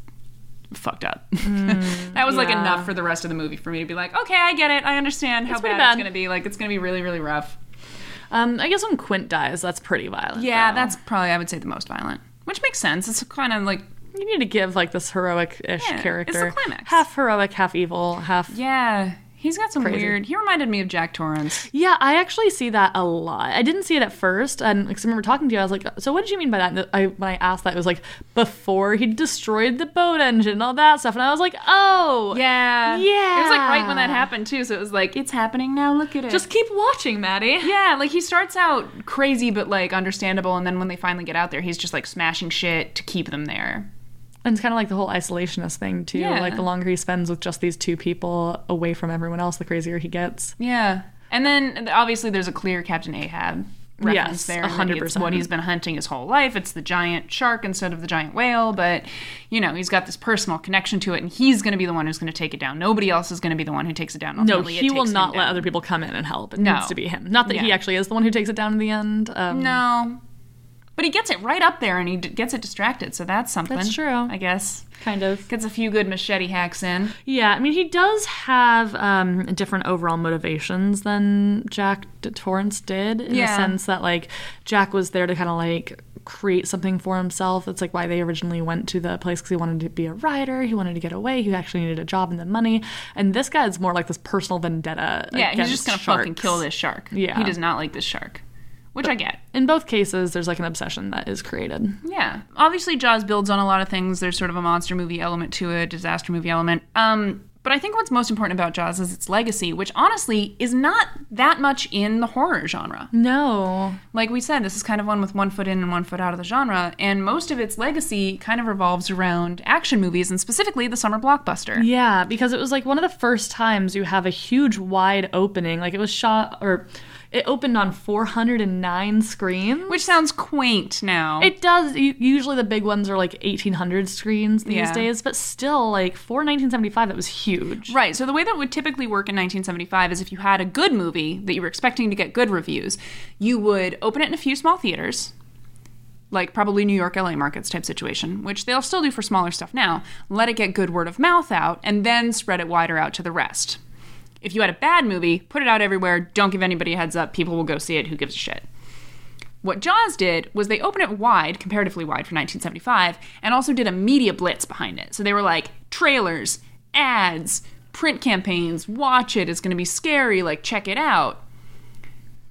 Speaker 1: fucked up. that was like
Speaker 2: yeah.
Speaker 1: enough for the rest of the movie for me to be like, okay, I get it, I understand how
Speaker 2: pretty
Speaker 1: bad,
Speaker 2: bad.
Speaker 1: it's gonna be. Like it's gonna be really, really rough.
Speaker 2: Um, I guess when Quint dies, that's pretty violent.
Speaker 1: Yeah,
Speaker 2: though.
Speaker 1: that's probably I would say the most violent, which makes sense. It's kind of like
Speaker 2: you need to give like this heroic-ish
Speaker 1: Yeah, it's the
Speaker 2: character,
Speaker 1: climax.
Speaker 2: half heroic, half evil, half
Speaker 1: yeah. He's got some
Speaker 2: Crazy.
Speaker 1: weird. He reminded me of Jack Torrance.
Speaker 2: Yeah, I actually see that a lot. I didn't see it at first, and because I remember talking to you, I was like, "So what did you mean by that?" And I, when I asked that, it was like before he destroyed the boat engine and all that stuff, and I was like, "Oh,
Speaker 1: Yeah. It was like right when that
Speaker 2: Yeah.
Speaker 1: happened too, so it was like, it's happening now, look at it.
Speaker 2: just keep watching, Maddie."
Speaker 1: yeah, like he starts out crazy but like understandable, and then when they finally get out there, he's just like smashing shit to keep them there.
Speaker 2: And it's kind of like the whole isolationist thing too.
Speaker 1: Yeah.
Speaker 2: Like the longer he spends with just these two people away from everyone else, the crazier he gets.
Speaker 1: Yeah. And then obviously there's a clear Captain Ahab reference
Speaker 2: Yes,
Speaker 1: there. and that
Speaker 2: 100%.
Speaker 1: It's what he's been hunting his whole life. It's the giant shark instead of the giant whale, but you know, he's got this personal connection to it, and he's going to be the one who's going to take it down. Nobody else is going to be the one who takes it down.
Speaker 2: No,
Speaker 1: Ultimately, it
Speaker 2: he will
Speaker 1: takes him
Speaker 2: not let
Speaker 1: down.
Speaker 2: other people come in and help. It
Speaker 1: No.
Speaker 2: needs to be him. Not that he
Speaker 1: Yeah.
Speaker 2: actually is the one who takes it down in the end. Um,
Speaker 1: No. But he gets it right up there and he d- gets it distracted, so that's something.
Speaker 2: That's true.
Speaker 1: I guess.
Speaker 2: Kind of.
Speaker 1: Gets a few good machete hacks in.
Speaker 2: Yeah, I mean, he does have um, different overall motivations than Jack D- Torrance did in the
Speaker 1: Yeah.
Speaker 2: sense that, like, Jack was there to kind of like create something for himself. That's like why they originally went to the place because he wanted to be a writer, he wanted to get away, he actually needed a job and the money. And this guy is more like this personal vendetta.
Speaker 1: Yeah, he's
Speaker 2: against
Speaker 1: just gonna fucking
Speaker 2: uh, sharks.
Speaker 1: kill this shark.
Speaker 2: Yeah.
Speaker 1: He does not like this shark. Which I get.
Speaker 2: In both cases, there's like an obsession that is created.
Speaker 1: Yeah. Obviously Jaws builds on a lot of things. There's sort of a monster movie element to it, disaster movie element. Um but I think what's most important about Jaws is its legacy, which honestly is not that much in the horror genre.
Speaker 2: No.
Speaker 1: like we said, this is kind of one with one foot in and one foot out of the genre, and most of its legacy kind of revolves around action movies and specifically the summer blockbuster.
Speaker 2: Yeah, because it was like one of the first times you have a huge wide opening. Like it was shot or it opened on 409 screens.
Speaker 1: Which sounds quaint now.
Speaker 2: it does u- usually the big ones are like 1800 screens these
Speaker 1: Yeah.
Speaker 2: days, but still like for 1975 that was huge.
Speaker 1: Right, so the way that would typically work in 1975 is if you had a good movie that you were expecting to get good reviews, you would open it in a few small theaters, like probably New York, LA markets type situation, which they'll still do for smaller stuff now, let it get good word of mouth out, and then spread it wider out to the rest. If you had a bad movie, put it out everywhere, don't give anybody a heads up, people will go see it, who gives a shit. What Jaws did was they opened it wide, comparatively wide for 1975, and also did a media blitz behind it. So they were like trailers, ads, print campaigns, watch it, it's going to be scary, like check it out.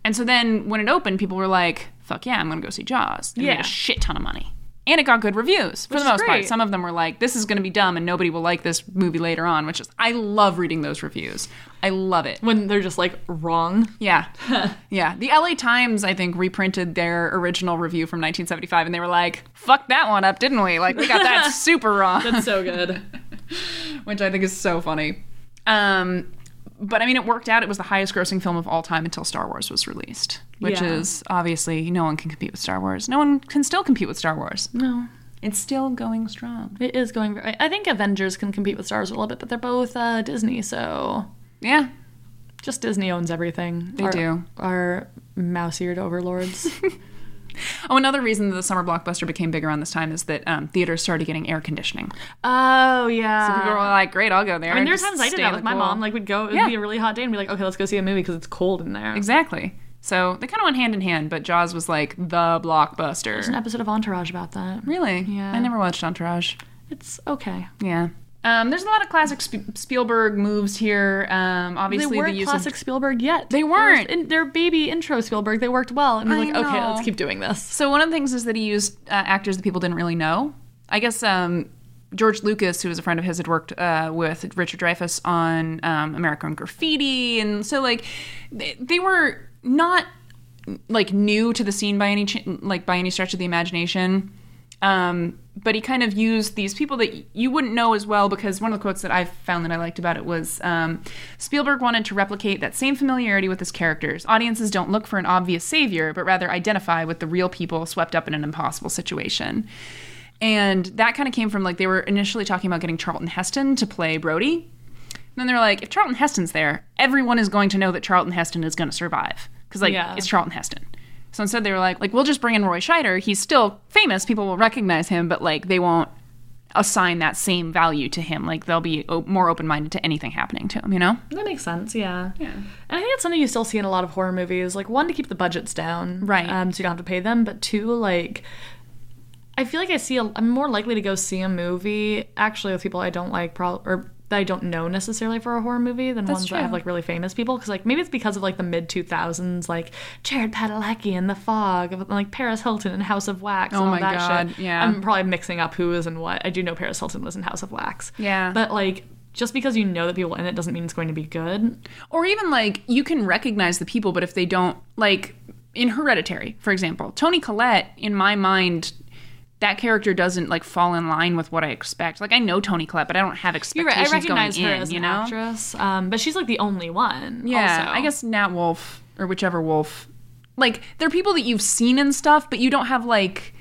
Speaker 1: And so then when it opened, people were like, fuck yeah, I'm going to go see Jaws. And It made
Speaker 2: Yeah.
Speaker 1: a shit ton of money. And it got good reviews for
Speaker 2: Which
Speaker 1: the
Speaker 2: is
Speaker 1: most part.
Speaker 2: great.
Speaker 1: Some of them were like, this is going to be dumb and nobody will like this movie later on, which is, I love reading those reviews. I love it.
Speaker 2: When they're just like wrong.
Speaker 1: Yeah. yeah. The LA Times, I think, reprinted their original review from 1975 and they were like, fuck that one up, didn't we? Like, we got that super wrong.
Speaker 2: so good.
Speaker 1: which I think is so funny. Um, but I mean, it worked out. It was the highest grossing film of all time until Star Wars was released, which
Speaker 2: Yeah.
Speaker 1: is obviously no one can compete with Star Wars. No one can still compete with Star Wars.
Speaker 2: No.
Speaker 1: It's still going strong.
Speaker 2: It is going very. I think Avengers can compete with Stars a little bit, but they're both uh, Disney, so
Speaker 1: Yeah.
Speaker 2: just Disney owns everything.
Speaker 1: They
Speaker 2: Our-
Speaker 1: do.
Speaker 2: Our mouse-eared overlords.
Speaker 1: Oh, another reason that the summer blockbuster became big around this time is that um, theaters started getting air conditioning.
Speaker 2: oh yeah.
Speaker 1: So people were like, "Great, I'll go there."
Speaker 2: I
Speaker 1: and
Speaker 2: mean, there are
Speaker 1: just
Speaker 2: times I did
Speaker 1: stay
Speaker 2: that
Speaker 1: in
Speaker 2: with
Speaker 1: the
Speaker 2: my
Speaker 1: cool."
Speaker 2: mom. Like, we'd go. It would
Speaker 1: Yeah.
Speaker 2: be a really hot day, and be like, "Okay, let's go see a movie because it's cold in there."
Speaker 1: exactly. So they kind of went hand in hand, but Jaws was like the blockbuster.
Speaker 2: There's an episode of Entourage about that.
Speaker 1: really?
Speaker 2: Yeah.
Speaker 1: I never watched Entourage.
Speaker 2: It's okay.
Speaker 1: Yeah. Um, there's a lot of classic Sp- Spielberg moves here. Um,
Speaker 2: They
Speaker 1: obviously, the
Speaker 2: weren't
Speaker 1: use
Speaker 2: classic
Speaker 1: of
Speaker 2: Spielberg yet.
Speaker 1: They
Speaker 2: There was-
Speaker 1: weren't.
Speaker 2: In their baby intro Spielberg, they worked well, and we're
Speaker 1: I
Speaker 2: like, okay,
Speaker 1: know.
Speaker 2: let's keep doing this.
Speaker 1: so one of the things is that he used uh, actors that people didn't really know. I guess um, George Lucas, who was a friend of his, had worked uh, with Richard Dreyfuss on um, American Graffiti, and so like they, they were not like new to the scene by any ch- like by any stretch of the imagination. Um, but he kind of used these people that y- you wouldn't know as well because one of the quotes that I found that I liked about it was um, Spielberg wanted to replicate that same familiarity with his characters. Audiences don't look for an obvious savior, but rather identify with the real people swept up in an impossible situation. And that kind of came from like they were initially talking about getting Charlton Heston to play Brody. And then they're like, if Charlton Heston's there, everyone is going to know that Charlton Heston is going to survive because like
Speaker 2: Yeah.
Speaker 1: it's Charlton Heston. So instead, they were like, like we'll just bring in Roy Scheider. He's still famous; people will recognize him, but like they won't assign that same value to him. Like they'll be o- more open minded to anything happening to him. You know?
Speaker 2: That makes sense, yeah.
Speaker 1: Yeah.
Speaker 2: And I think that's something you still see in a lot of horror movies. Like, one, to keep the budgets down.
Speaker 1: Right.
Speaker 2: Um, so you don't have to pay them. But two, like, I feel like I see, a, I'm more likely to go see a movie actually with people I don't like, prob- or that I don't know necessarily for a horror movie than ones that have
Speaker 1: true.
Speaker 2: like really famous people. Because, like, maybe it's because of like the mid 2000s, like Jared Padalecki and The Fog, and, like Paris Hilton and House of Wax. and
Speaker 1: Oh
Speaker 2: all
Speaker 1: my
Speaker 2: that
Speaker 1: God,
Speaker 2: Shit.
Speaker 1: yeah.
Speaker 2: I'm probably mixing up who is and what. I do know Paris Hilton was in House of Wax.
Speaker 1: Yeah.
Speaker 2: But, like, just because you know that people in it doesn't mean it's going to be good.
Speaker 1: Or even like you can recognize the people, but if they don't like in Hereditary, for example, Tony Collette, in my mind. That character doesn't like fall in line with what I expect. Like I know Tony Collette, but I don't have
Speaker 2: You're
Speaker 1: expectations
Speaker 2: right. I recognize
Speaker 1: going
Speaker 2: her
Speaker 1: in.
Speaker 2: as
Speaker 1: you
Speaker 2: an
Speaker 1: know?
Speaker 2: actress, um, but she's like the only one.
Speaker 1: Yeah,
Speaker 2: also.
Speaker 1: I guess Nat Wolf or whichever Wolf. Like they're people that you've seen and stuff, but you don't have like.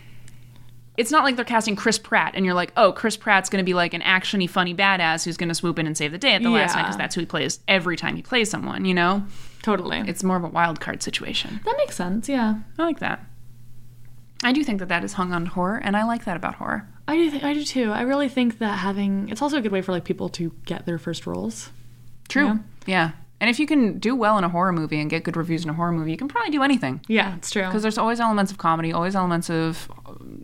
Speaker 1: It's not like they're casting Chris Pratt and you're like, oh, Chris Pratt's going to be like an actiony, funny badass who's going to swoop in and save the day at the last
Speaker 2: Yeah.
Speaker 1: night because that's who he plays every time he plays someone. You know,
Speaker 2: totally.
Speaker 1: it's more of a wild card situation.
Speaker 2: that makes sense. Yeah,
Speaker 1: I like that. I do think that that is hung on to horror, and I like that about horror.
Speaker 2: I do. Th- I do too. I really think that having it's also a good way for like people to get their first roles.
Speaker 1: True.
Speaker 2: Yeah.
Speaker 1: yeah. And if you can do well in a horror movie and get good reviews in a horror movie, you can probably do anything.
Speaker 2: Yeah, it's true.
Speaker 1: because there's always elements of comedy, always elements of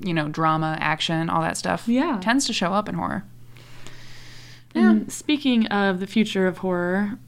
Speaker 1: you know drama, action, all that stuff.
Speaker 2: Yeah.
Speaker 1: tends to show up in horror.
Speaker 2: And speaking of the future of horror,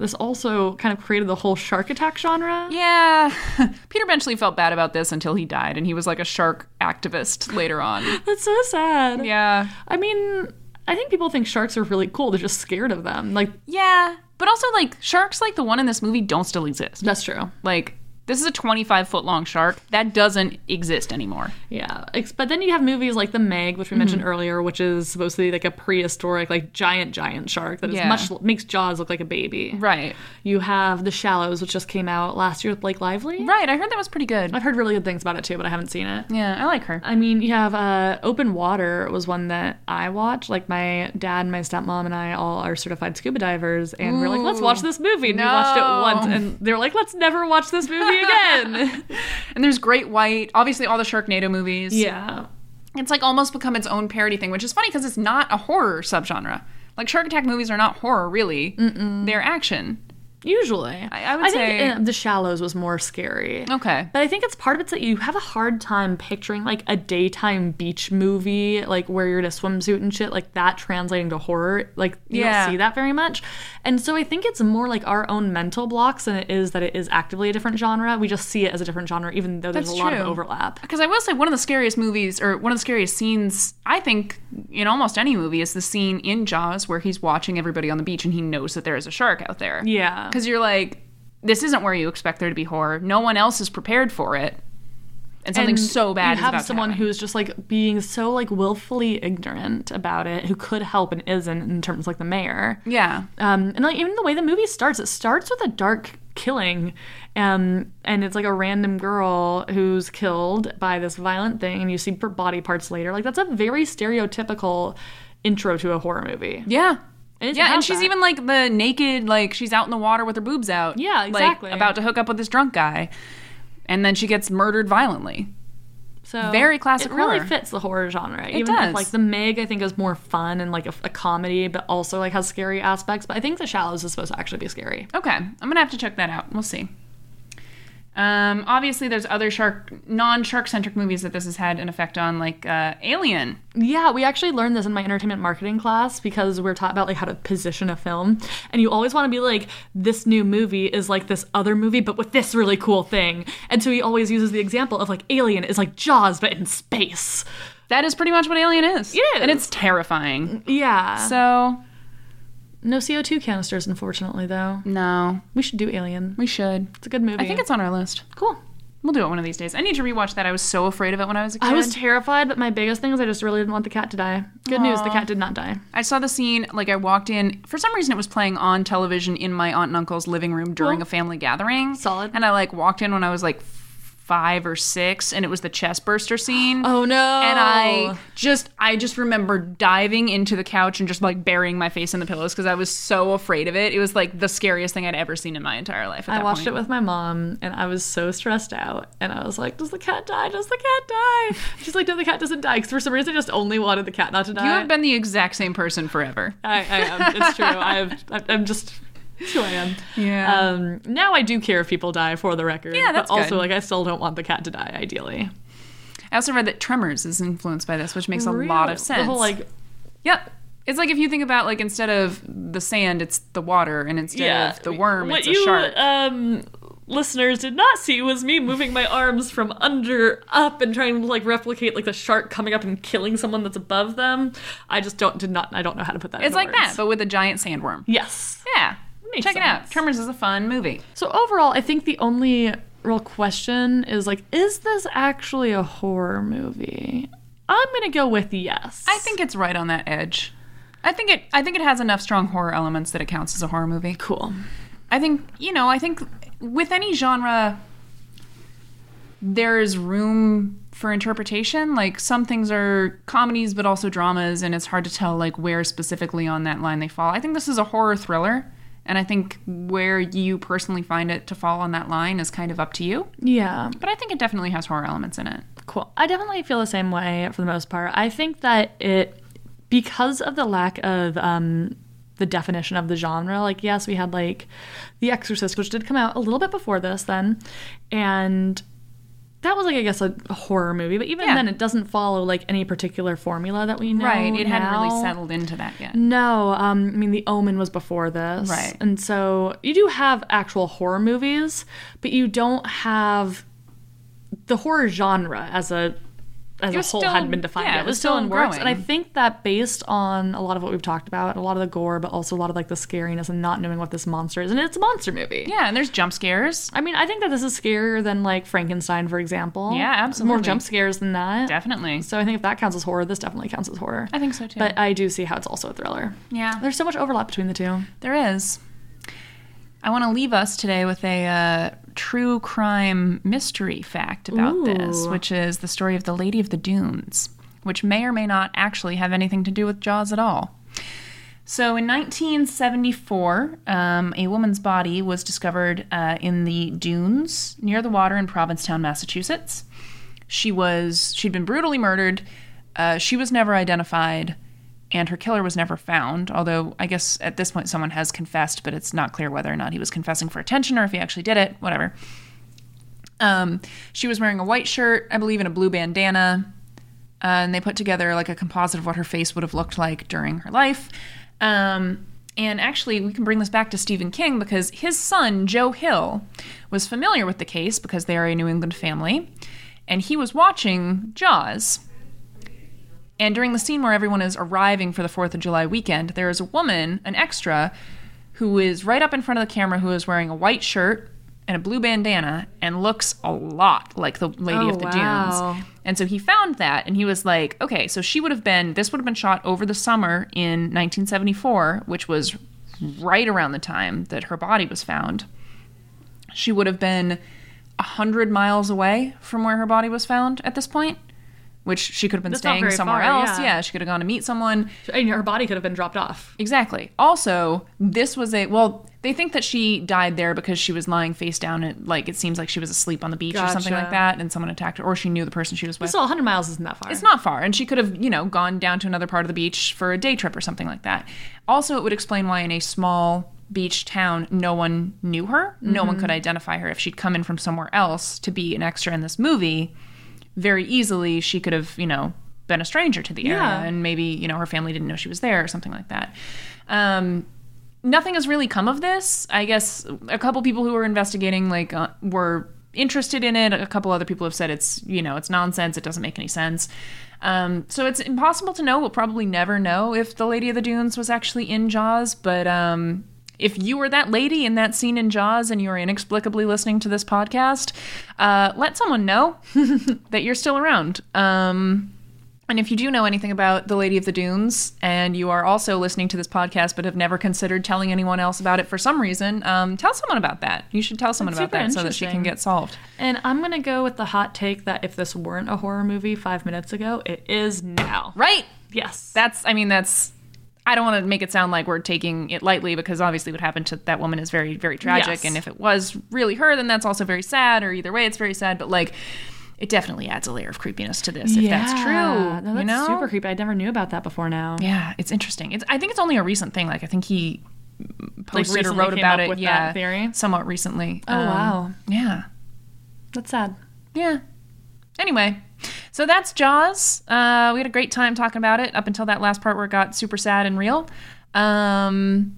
Speaker 2: this also kind of created the whole shark attack genre.
Speaker 1: Yeah, Peter Benchley felt bad about this until he died, and he was like a shark activist later on.
Speaker 2: That's so sad.
Speaker 1: yeah,
Speaker 2: I mean, I think people think sharks are really cool. They're just scared of them. Like
Speaker 1: yeah, but also like sharks, like the one in this movie, don't still exist.
Speaker 2: that's true.
Speaker 1: Like this is a 25 foot long shark that doesn't exist anymore.
Speaker 2: Yeah, ex- but then you have movies like The Meg, which we
Speaker 1: Mm-hmm.
Speaker 2: mentioned earlier, which is supposed to be like a prehistoric, like giant, giant shark that is
Speaker 1: Yeah.
Speaker 2: much makes Jaws look like a baby.
Speaker 1: Right,
Speaker 2: You have The Shallows, which just came out last year with Blake Lively.
Speaker 1: right. I heard that was pretty good.
Speaker 2: I've heard really good things about it too, but I haven't seen it.
Speaker 1: Yeah, I like her.
Speaker 2: I mean, you have uh, Open Water was one that I watched. Like my dad, and my stepmom, and I all are certified scuba divers, and we're like, let's watch this movie. And we watched it
Speaker 1: No.
Speaker 2: once, and they were like, let's never watch this movie again.
Speaker 1: And there's Great White, obviously all the Sharknado movies.
Speaker 2: yeah.
Speaker 1: it's like almost become its own parody thing, which is funny because it's not a horror subgenre. Like Shark Attack movies are not horror, really. They're action.
Speaker 2: Usually,
Speaker 1: I would say-
Speaker 2: think uh, The Shallows was more scary.
Speaker 1: Okay.
Speaker 2: But I think it's part of it's that you have a hard time picturing like a daytime beach movie, like where you're in a swimsuit and shit, like that translating to horror. Like you
Speaker 1: Yeah.
Speaker 2: don't see that very much. And so I think it's more like our own mental blocks than it is that it is actively a different genre. We just see it as a different genre, even though there's
Speaker 1: That's
Speaker 2: a lot of
Speaker 1: true.
Speaker 2: overlap.
Speaker 1: Because I will say, one of the scariest movies, or one of the scariest scenes, I think, in almost any movie, is the scene in Jaws where he's watching everybody on the beach and he knows that there is a shark out there.
Speaker 2: Yeah.
Speaker 1: Because you're like, this isn't where you expect there to be horror. No one else is prepared for it. and something so bad
Speaker 2: You
Speaker 1: is
Speaker 2: have
Speaker 1: about to
Speaker 2: someone
Speaker 1: happen.
Speaker 2: who's just like being so like willfully ignorant about it, who could help and isn't in terms of, like the mayor.
Speaker 1: yeah
Speaker 2: Um, and like even the way the movie starts, it starts with a dark killing, um, and it's like a random girl who's killed by this violent thing, and you see her body parts later. Like that's a very stereotypical intro to a horror movie.
Speaker 1: yeah
Speaker 2: And it's
Speaker 1: yeah,
Speaker 2: about
Speaker 1: and she's
Speaker 2: that.
Speaker 1: even like the naked, like she's out in the water with her boobs out.
Speaker 2: Yeah,
Speaker 1: like,
Speaker 2: exactly.
Speaker 1: about to hook up with this drunk guy, and then she gets murdered violently.
Speaker 2: So
Speaker 1: Very classic
Speaker 2: It really
Speaker 1: horror.
Speaker 2: fits the horror genre. It even
Speaker 1: does.
Speaker 2: If, like the Meg, I think is more fun and like a, a comedy, but also like has scary aspects. But I think The Shallows is supposed to actually be scary.
Speaker 1: Okay, I'm gonna have to check that out. We'll see. Um, obviously, there's other shark, non-shark centric movies that this has had an effect on, like uh, Alien.
Speaker 2: Yeah, we actually learned this in my entertainment marketing class because we're taught about like how to position a film, and you always want to be like, this new movie is like this other movie, but with this really cool thing. And so he always uses the example of like Alien is like Jaws but in space.
Speaker 1: That is pretty much what Alien is.
Speaker 2: It is.
Speaker 1: and it's terrifying.
Speaker 2: Yeah.
Speaker 1: So
Speaker 2: no CO two canisters, unfortunately, though.
Speaker 1: no,
Speaker 2: We should do Alien.
Speaker 1: we should.
Speaker 2: It's a good movie.
Speaker 1: I think it's on our list.
Speaker 2: cool.
Speaker 1: We'll do it one of these days. I need to rewatch that. I was so afraid of it when I was a kid.
Speaker 2: I was terrified, but my biggest thing is I just really didn't want the cat to die. Good news, the cat did not die.
Speaker 1: I saw the scene, like I walked in. For some reason, it was playing on television in my aunt and uncle's living room during
Speaker 2: Cool.
Speaker 1: a family gathering.
Speaker 2: Solid.
Speaker 1: And I like walked in when I was like f- five or six, and it was the chest burster scene.
Speaker 2: Oh no!
Speaker 1: And I just, I just remember diving into the couch and just like burying my face in the pillows because I was so afraid of it. It was like the scariest thing I'd ever seen in my entire life. At
Speaker 2: I
Speaker 1: that point.
Speaker 2: watched it with my mom, and I was so stressed out. And I was like, "Does the cat die? Does the cat die?" She's like, "No, the cat doesn't die." Because for some reason, I just only wanted the cat not to die.
Speaker 1: You have been the exact same person forever.
Speaker 2: I, I am. It's true. I have. I- I'm just. it's Who I am.
Speaker 1: Yeah.
Speaker 2: Um, now I do care if people die for the record.
Speaker 1: Yeah, that's
Speaker 2: But also,
Speaker 1: good.
Speaker 2: like, I still don't want the cat to die. Ideally,
Speaker 1: I also read that Tremors is influenced by this, which makes a lot
Speaker 2: Really?
Speaker 1: of sense.
Speaker 2: The whole like
Speaker 1: Yep. It's like if you think about like instead of the sand, it's the water, and instead of the worm,
Speaker 2: what
Speaker 1: it's a
Speaker 2: you,
Speaker 1: shark.
Speaker 2: Um, listeners did not see was me moving my arms from under up and trying to like replicate like the shark coming up and killing someone that's above them. I just don't did not I don't know how to put that.
Speaker 1: It's
Speaker 2: into
Speaker 1: like
Speaker 2: words.
Speaker 1: that, but with a giant sandworm.
Speaker 2: yes.
Speaker 1: Yeah.
Speaker 2: Makes
Speaker 1: Check it out.
Speaker 2: sense.
Speaker 1: Tremors is a fun movie.
Speaker 2: So overall, I think the only real question is like, is this actually a horror movie? I'm gonna go with yes.
Speaker 1: I think it's right on that edge. I think it I think it has enough strong horror elements that it counts as a horror movie.
Speaker 2: cool.
Speaker 1: I think, you know, I think with any genre there is room for interpretation. Like some things are comedies but also dramas and it's hard to tell like where specifically on that line they fall. I think this is a horror thriller and I think where you personally find it to fall on that line is kind of up to you.
Speaker 2: Yeah.
Speaker 1: But I think it definitely has horror elements in it.
Speaker 2: Cool. I definitely feel the same way for the most part. I think that it, because of the lack of um, the definition of the genre, like, yes, we had like The Exorcist, which did come out a little bit before this then. And that was like, I guess, a horror movie. But even
Speaker 1: Yeah.
Speaker 2: then, it doesn't follow like any particular formula that we know.
Speaker 1: right. It hadn't really
Speaker 2: now.
Speaker 1: settled into that yet.
Speaker 2: No, um, I mean, The Omen was before this.
Speaker 1: Right.
Speaker 2: And so you do have actual horror movies, but you don't have the horror genre as a as a
Speaker 1: was
Speaker 2: whole
Speaker 1: still-
Speaker 2: hadn't been defined
Speaker 1: yeah,
Speaker 2: yet.
Speaker 1: it
Speaker 2: It
Speaker 1: was
Speaker 2: was still
Speaker 1: still
Speaker 2: in works. And I
Speaker 1: growing.
Speaker 2: think that based on a lot of what we've talked about, a lot of the gore, but also a lot of like the scariness and not knowing what this monster is. And it's a monster movie.
Speaker 1: Yeah, and there's jump scares.
Speaker 2: I mean, I think that this is scarier than like Frankenstein, for example.
Speaker 1: Yeah,
Speaker 2: More
Speaker 1: absolutely.
Speaker 2: jump scares than that.
Speaker 1: Definitely.
Speaker 2: So I think if that counts as horror, this definitely counts as horror.
Speaker 1: I think so too.
Speaker 2: But I do see how it's also a thriller.
Speaker 1: yeah.
Speaker 2: There's so much overlap between the two.
Speaker 1: There is. I want to leave us today with a uh, true crime mystery fact about this,
Speaker 2: Ooh.
Speaker 1: which is the story of the Lady of the Dunes, which may or may not actually have anything to do with Jaws at all. So, in 1974, um, a woman's body was discovered uh, in the dunes near the water in Provincetown, Massachusetts. She was she'd been brutally murdered. Uh, she was never identified, and her killer was never found. Although I guess at this point someone has confessed, but it's not clear whether or not he was confessing for attention or if he actually did it. Whatever. Um, she was wearing a white shirt, I believe, and a blue bandana. Uh, and they put together like a composite of what her face would have looked like during her life. Um, and actually, we can bring this back to Stephen King because his son, Joe Hill, was familiar with the case because they are a New England family. And he was watching Jaws. And during the scene where everyone is arriving for the 4th of July weekend, there is a woman, an extra, who is right up in front of the camera who is wearing a white shirt, and a blue bandana and looks a lot like the lady
Speaker 2: Oh,
Speaker 1: of the
Speaker 2: wow.
Speaker 1: dunes. And so he found that and he was like, okay, so she would have been, this would have been shot over the summer in 1974, which was right around the time that her body was found. She would have been 100 miles away from where her body was found at this point, which she could have been
Speaker 2: That's not
Speaker 1: staying
Speaker 2: very
Speaker 1: somewhere
Speaker 2: far,
Speaker 1: else.
Speaker 2: yeah.
Speaker 1: yeah, she could have gone to meet someone.
Speaker 2: And her body could have been dropped off.
Speaker 1: Exactly. Also, this was a well. They think that she died there because she was lying face down. And, like it seems like she was asleep on the beach or something
Speaker 2: Gotcha.
Speaker 1: like that, and someone attacked her, or she knew the person she was with.
Speaker 2: Still, 100 miles isn't that far.
Speaker 1: It's not far, and she could have, you know, gone down to another part of the beach for a day trip or something like that. Also, it would explain why in a small beach town, no one knew her. No one could identify her if she'd come in from somewhere else to be an extra in this movie. Very easily, she could have, you know, been a stranger to the
Speaker 2: Yeah.
Speaker 1: area, and maybe, you know, her family didn't know she was there or something like that. Um, nothing has really come of this. I guess a couple people who were investigating like uh, were interested in it. A couple other people have said it's you know it's nonsense. It doesn't make any sense. Um, so it's impossible to know. We'll probably never know if the Lady of the Dunes was actually in Jaws. But um, if you were that lady in that scene in Jaws and you are inexplicably listening to this podcast, uh, let someone know that you're still around. Um, and if you do know anything about The Lady of the Dunes and you are also listening to this podcast but have never considered telling anyone else about it for some reason, um, tell someone about that. You should tell someone
Speaker 2: That's
Speaker 1: about
Speaker 2: super
Speaker 1: that so that she can
Speaker 2: interesting.
Speaker 1: get solved.
Speaker 2: And I'm going to go with the hot take that if this weren't a horror movie five minutes ago, it is now.
Speaker 1: Right.
Speaker 2: Yes.
Speaker 1: That's, I mean, that's, I don't want to make it sound like we're taking it lightly because obviously what happened to that woman is very, very tragic.
Speaker 2: Yes.
Speaker 1: And if it was really her, then that's also very sad, or either way, it's very sad. But like, it definitely adds a layer of creepiness to this if that's true.
Speaker 2: No, that's
Speaker 1: you know?
Speaker 2: super creepy. I never knew about that before now.
Speaker 1: Yeah, it's interesting. It's I think it's only a recent thing. Like I think he posted or
Speaker 2: recently
Speaker 1: wrote
Speaker 2: came
Speaker 1: about
Speaker 2: up
Speaker 1: it.
Speaker 2: with
Speaker 1: yeah,
Speaker 2: that theory?
Speaker 1: somewhat recently. Um,
Speaker 2: Oh, wow.
Speaker 1: Yeah,
Speaker 2: That's sad.
Speaker 1: yeah. Anyway, so that's Jaws. Uh, we had a great time talking about it up until that last part where it got super sad and real. Um,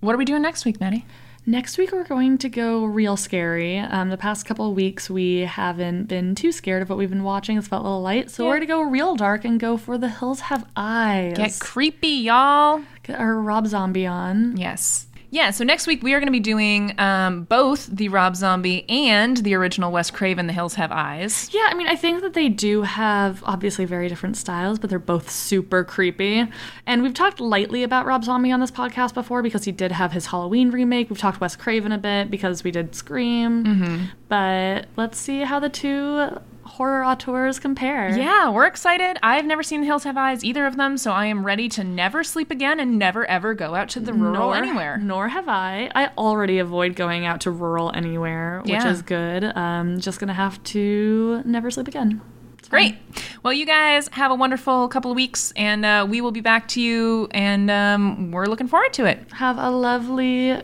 Speaker 1: what are we doing next week, Maddie?
Speaker 2: Next week, we're going to go real scary. Um, the past couple of weeks, we haven't been too scared of what we've been watching. It's felt a little light. So,
Speaker 1: Yeah.
Speaker 2: we're going to go real dark and go for The Hills Have Eyes.
Speaker 1: Get creepy, y'all.
Speaker 2: Get our Rob Zombie on.
Speaker 1: Yes. Yeah, so next week we are going to be doing um, both the Rob Zombie and the original Wes Craven, The Hills Have Eyes.
Speaker 2: Yeah, I mean, I think that they do have obviously very different styles, but they're both super creepy. And we've talked lightly about Rob Zombie on this podcast before because he did have his Halloween remake. We've talked Wes Craven a bit because we did Scream.
Speaker 1: Mm-hmm.
Speaker 2: But let's see how the two horror auteurs compare.
Speaker 1: Yeah, we're excited. I've never seen The Hills Have Eyes, either of them, so I am ready to never sleep again and never ever go out to the rural
Speaker 2: Nor,
Speaker 1: anywhere.
Speaker 2: nor have I. I already avoid going out to rural anywhere, which
Speaker 1: Yeah.
Speaker 2: is good. Um, just gonna have to never sleep again.
Speaker 1: Great. Well, you guys have a wonderful couple of weeks, and uh, we will be back to you, and um, we're looking forward to it.
Speaker 2: Have a lovely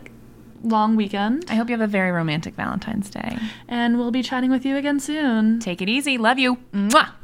Speaker 2: long weekend.
Speaker 1: I hope you have a very romantic Valentine's Day.
Speaker 2: and we'll be chatting with you again soon.
Speaker 1: Take it easy. Love you. Mwah.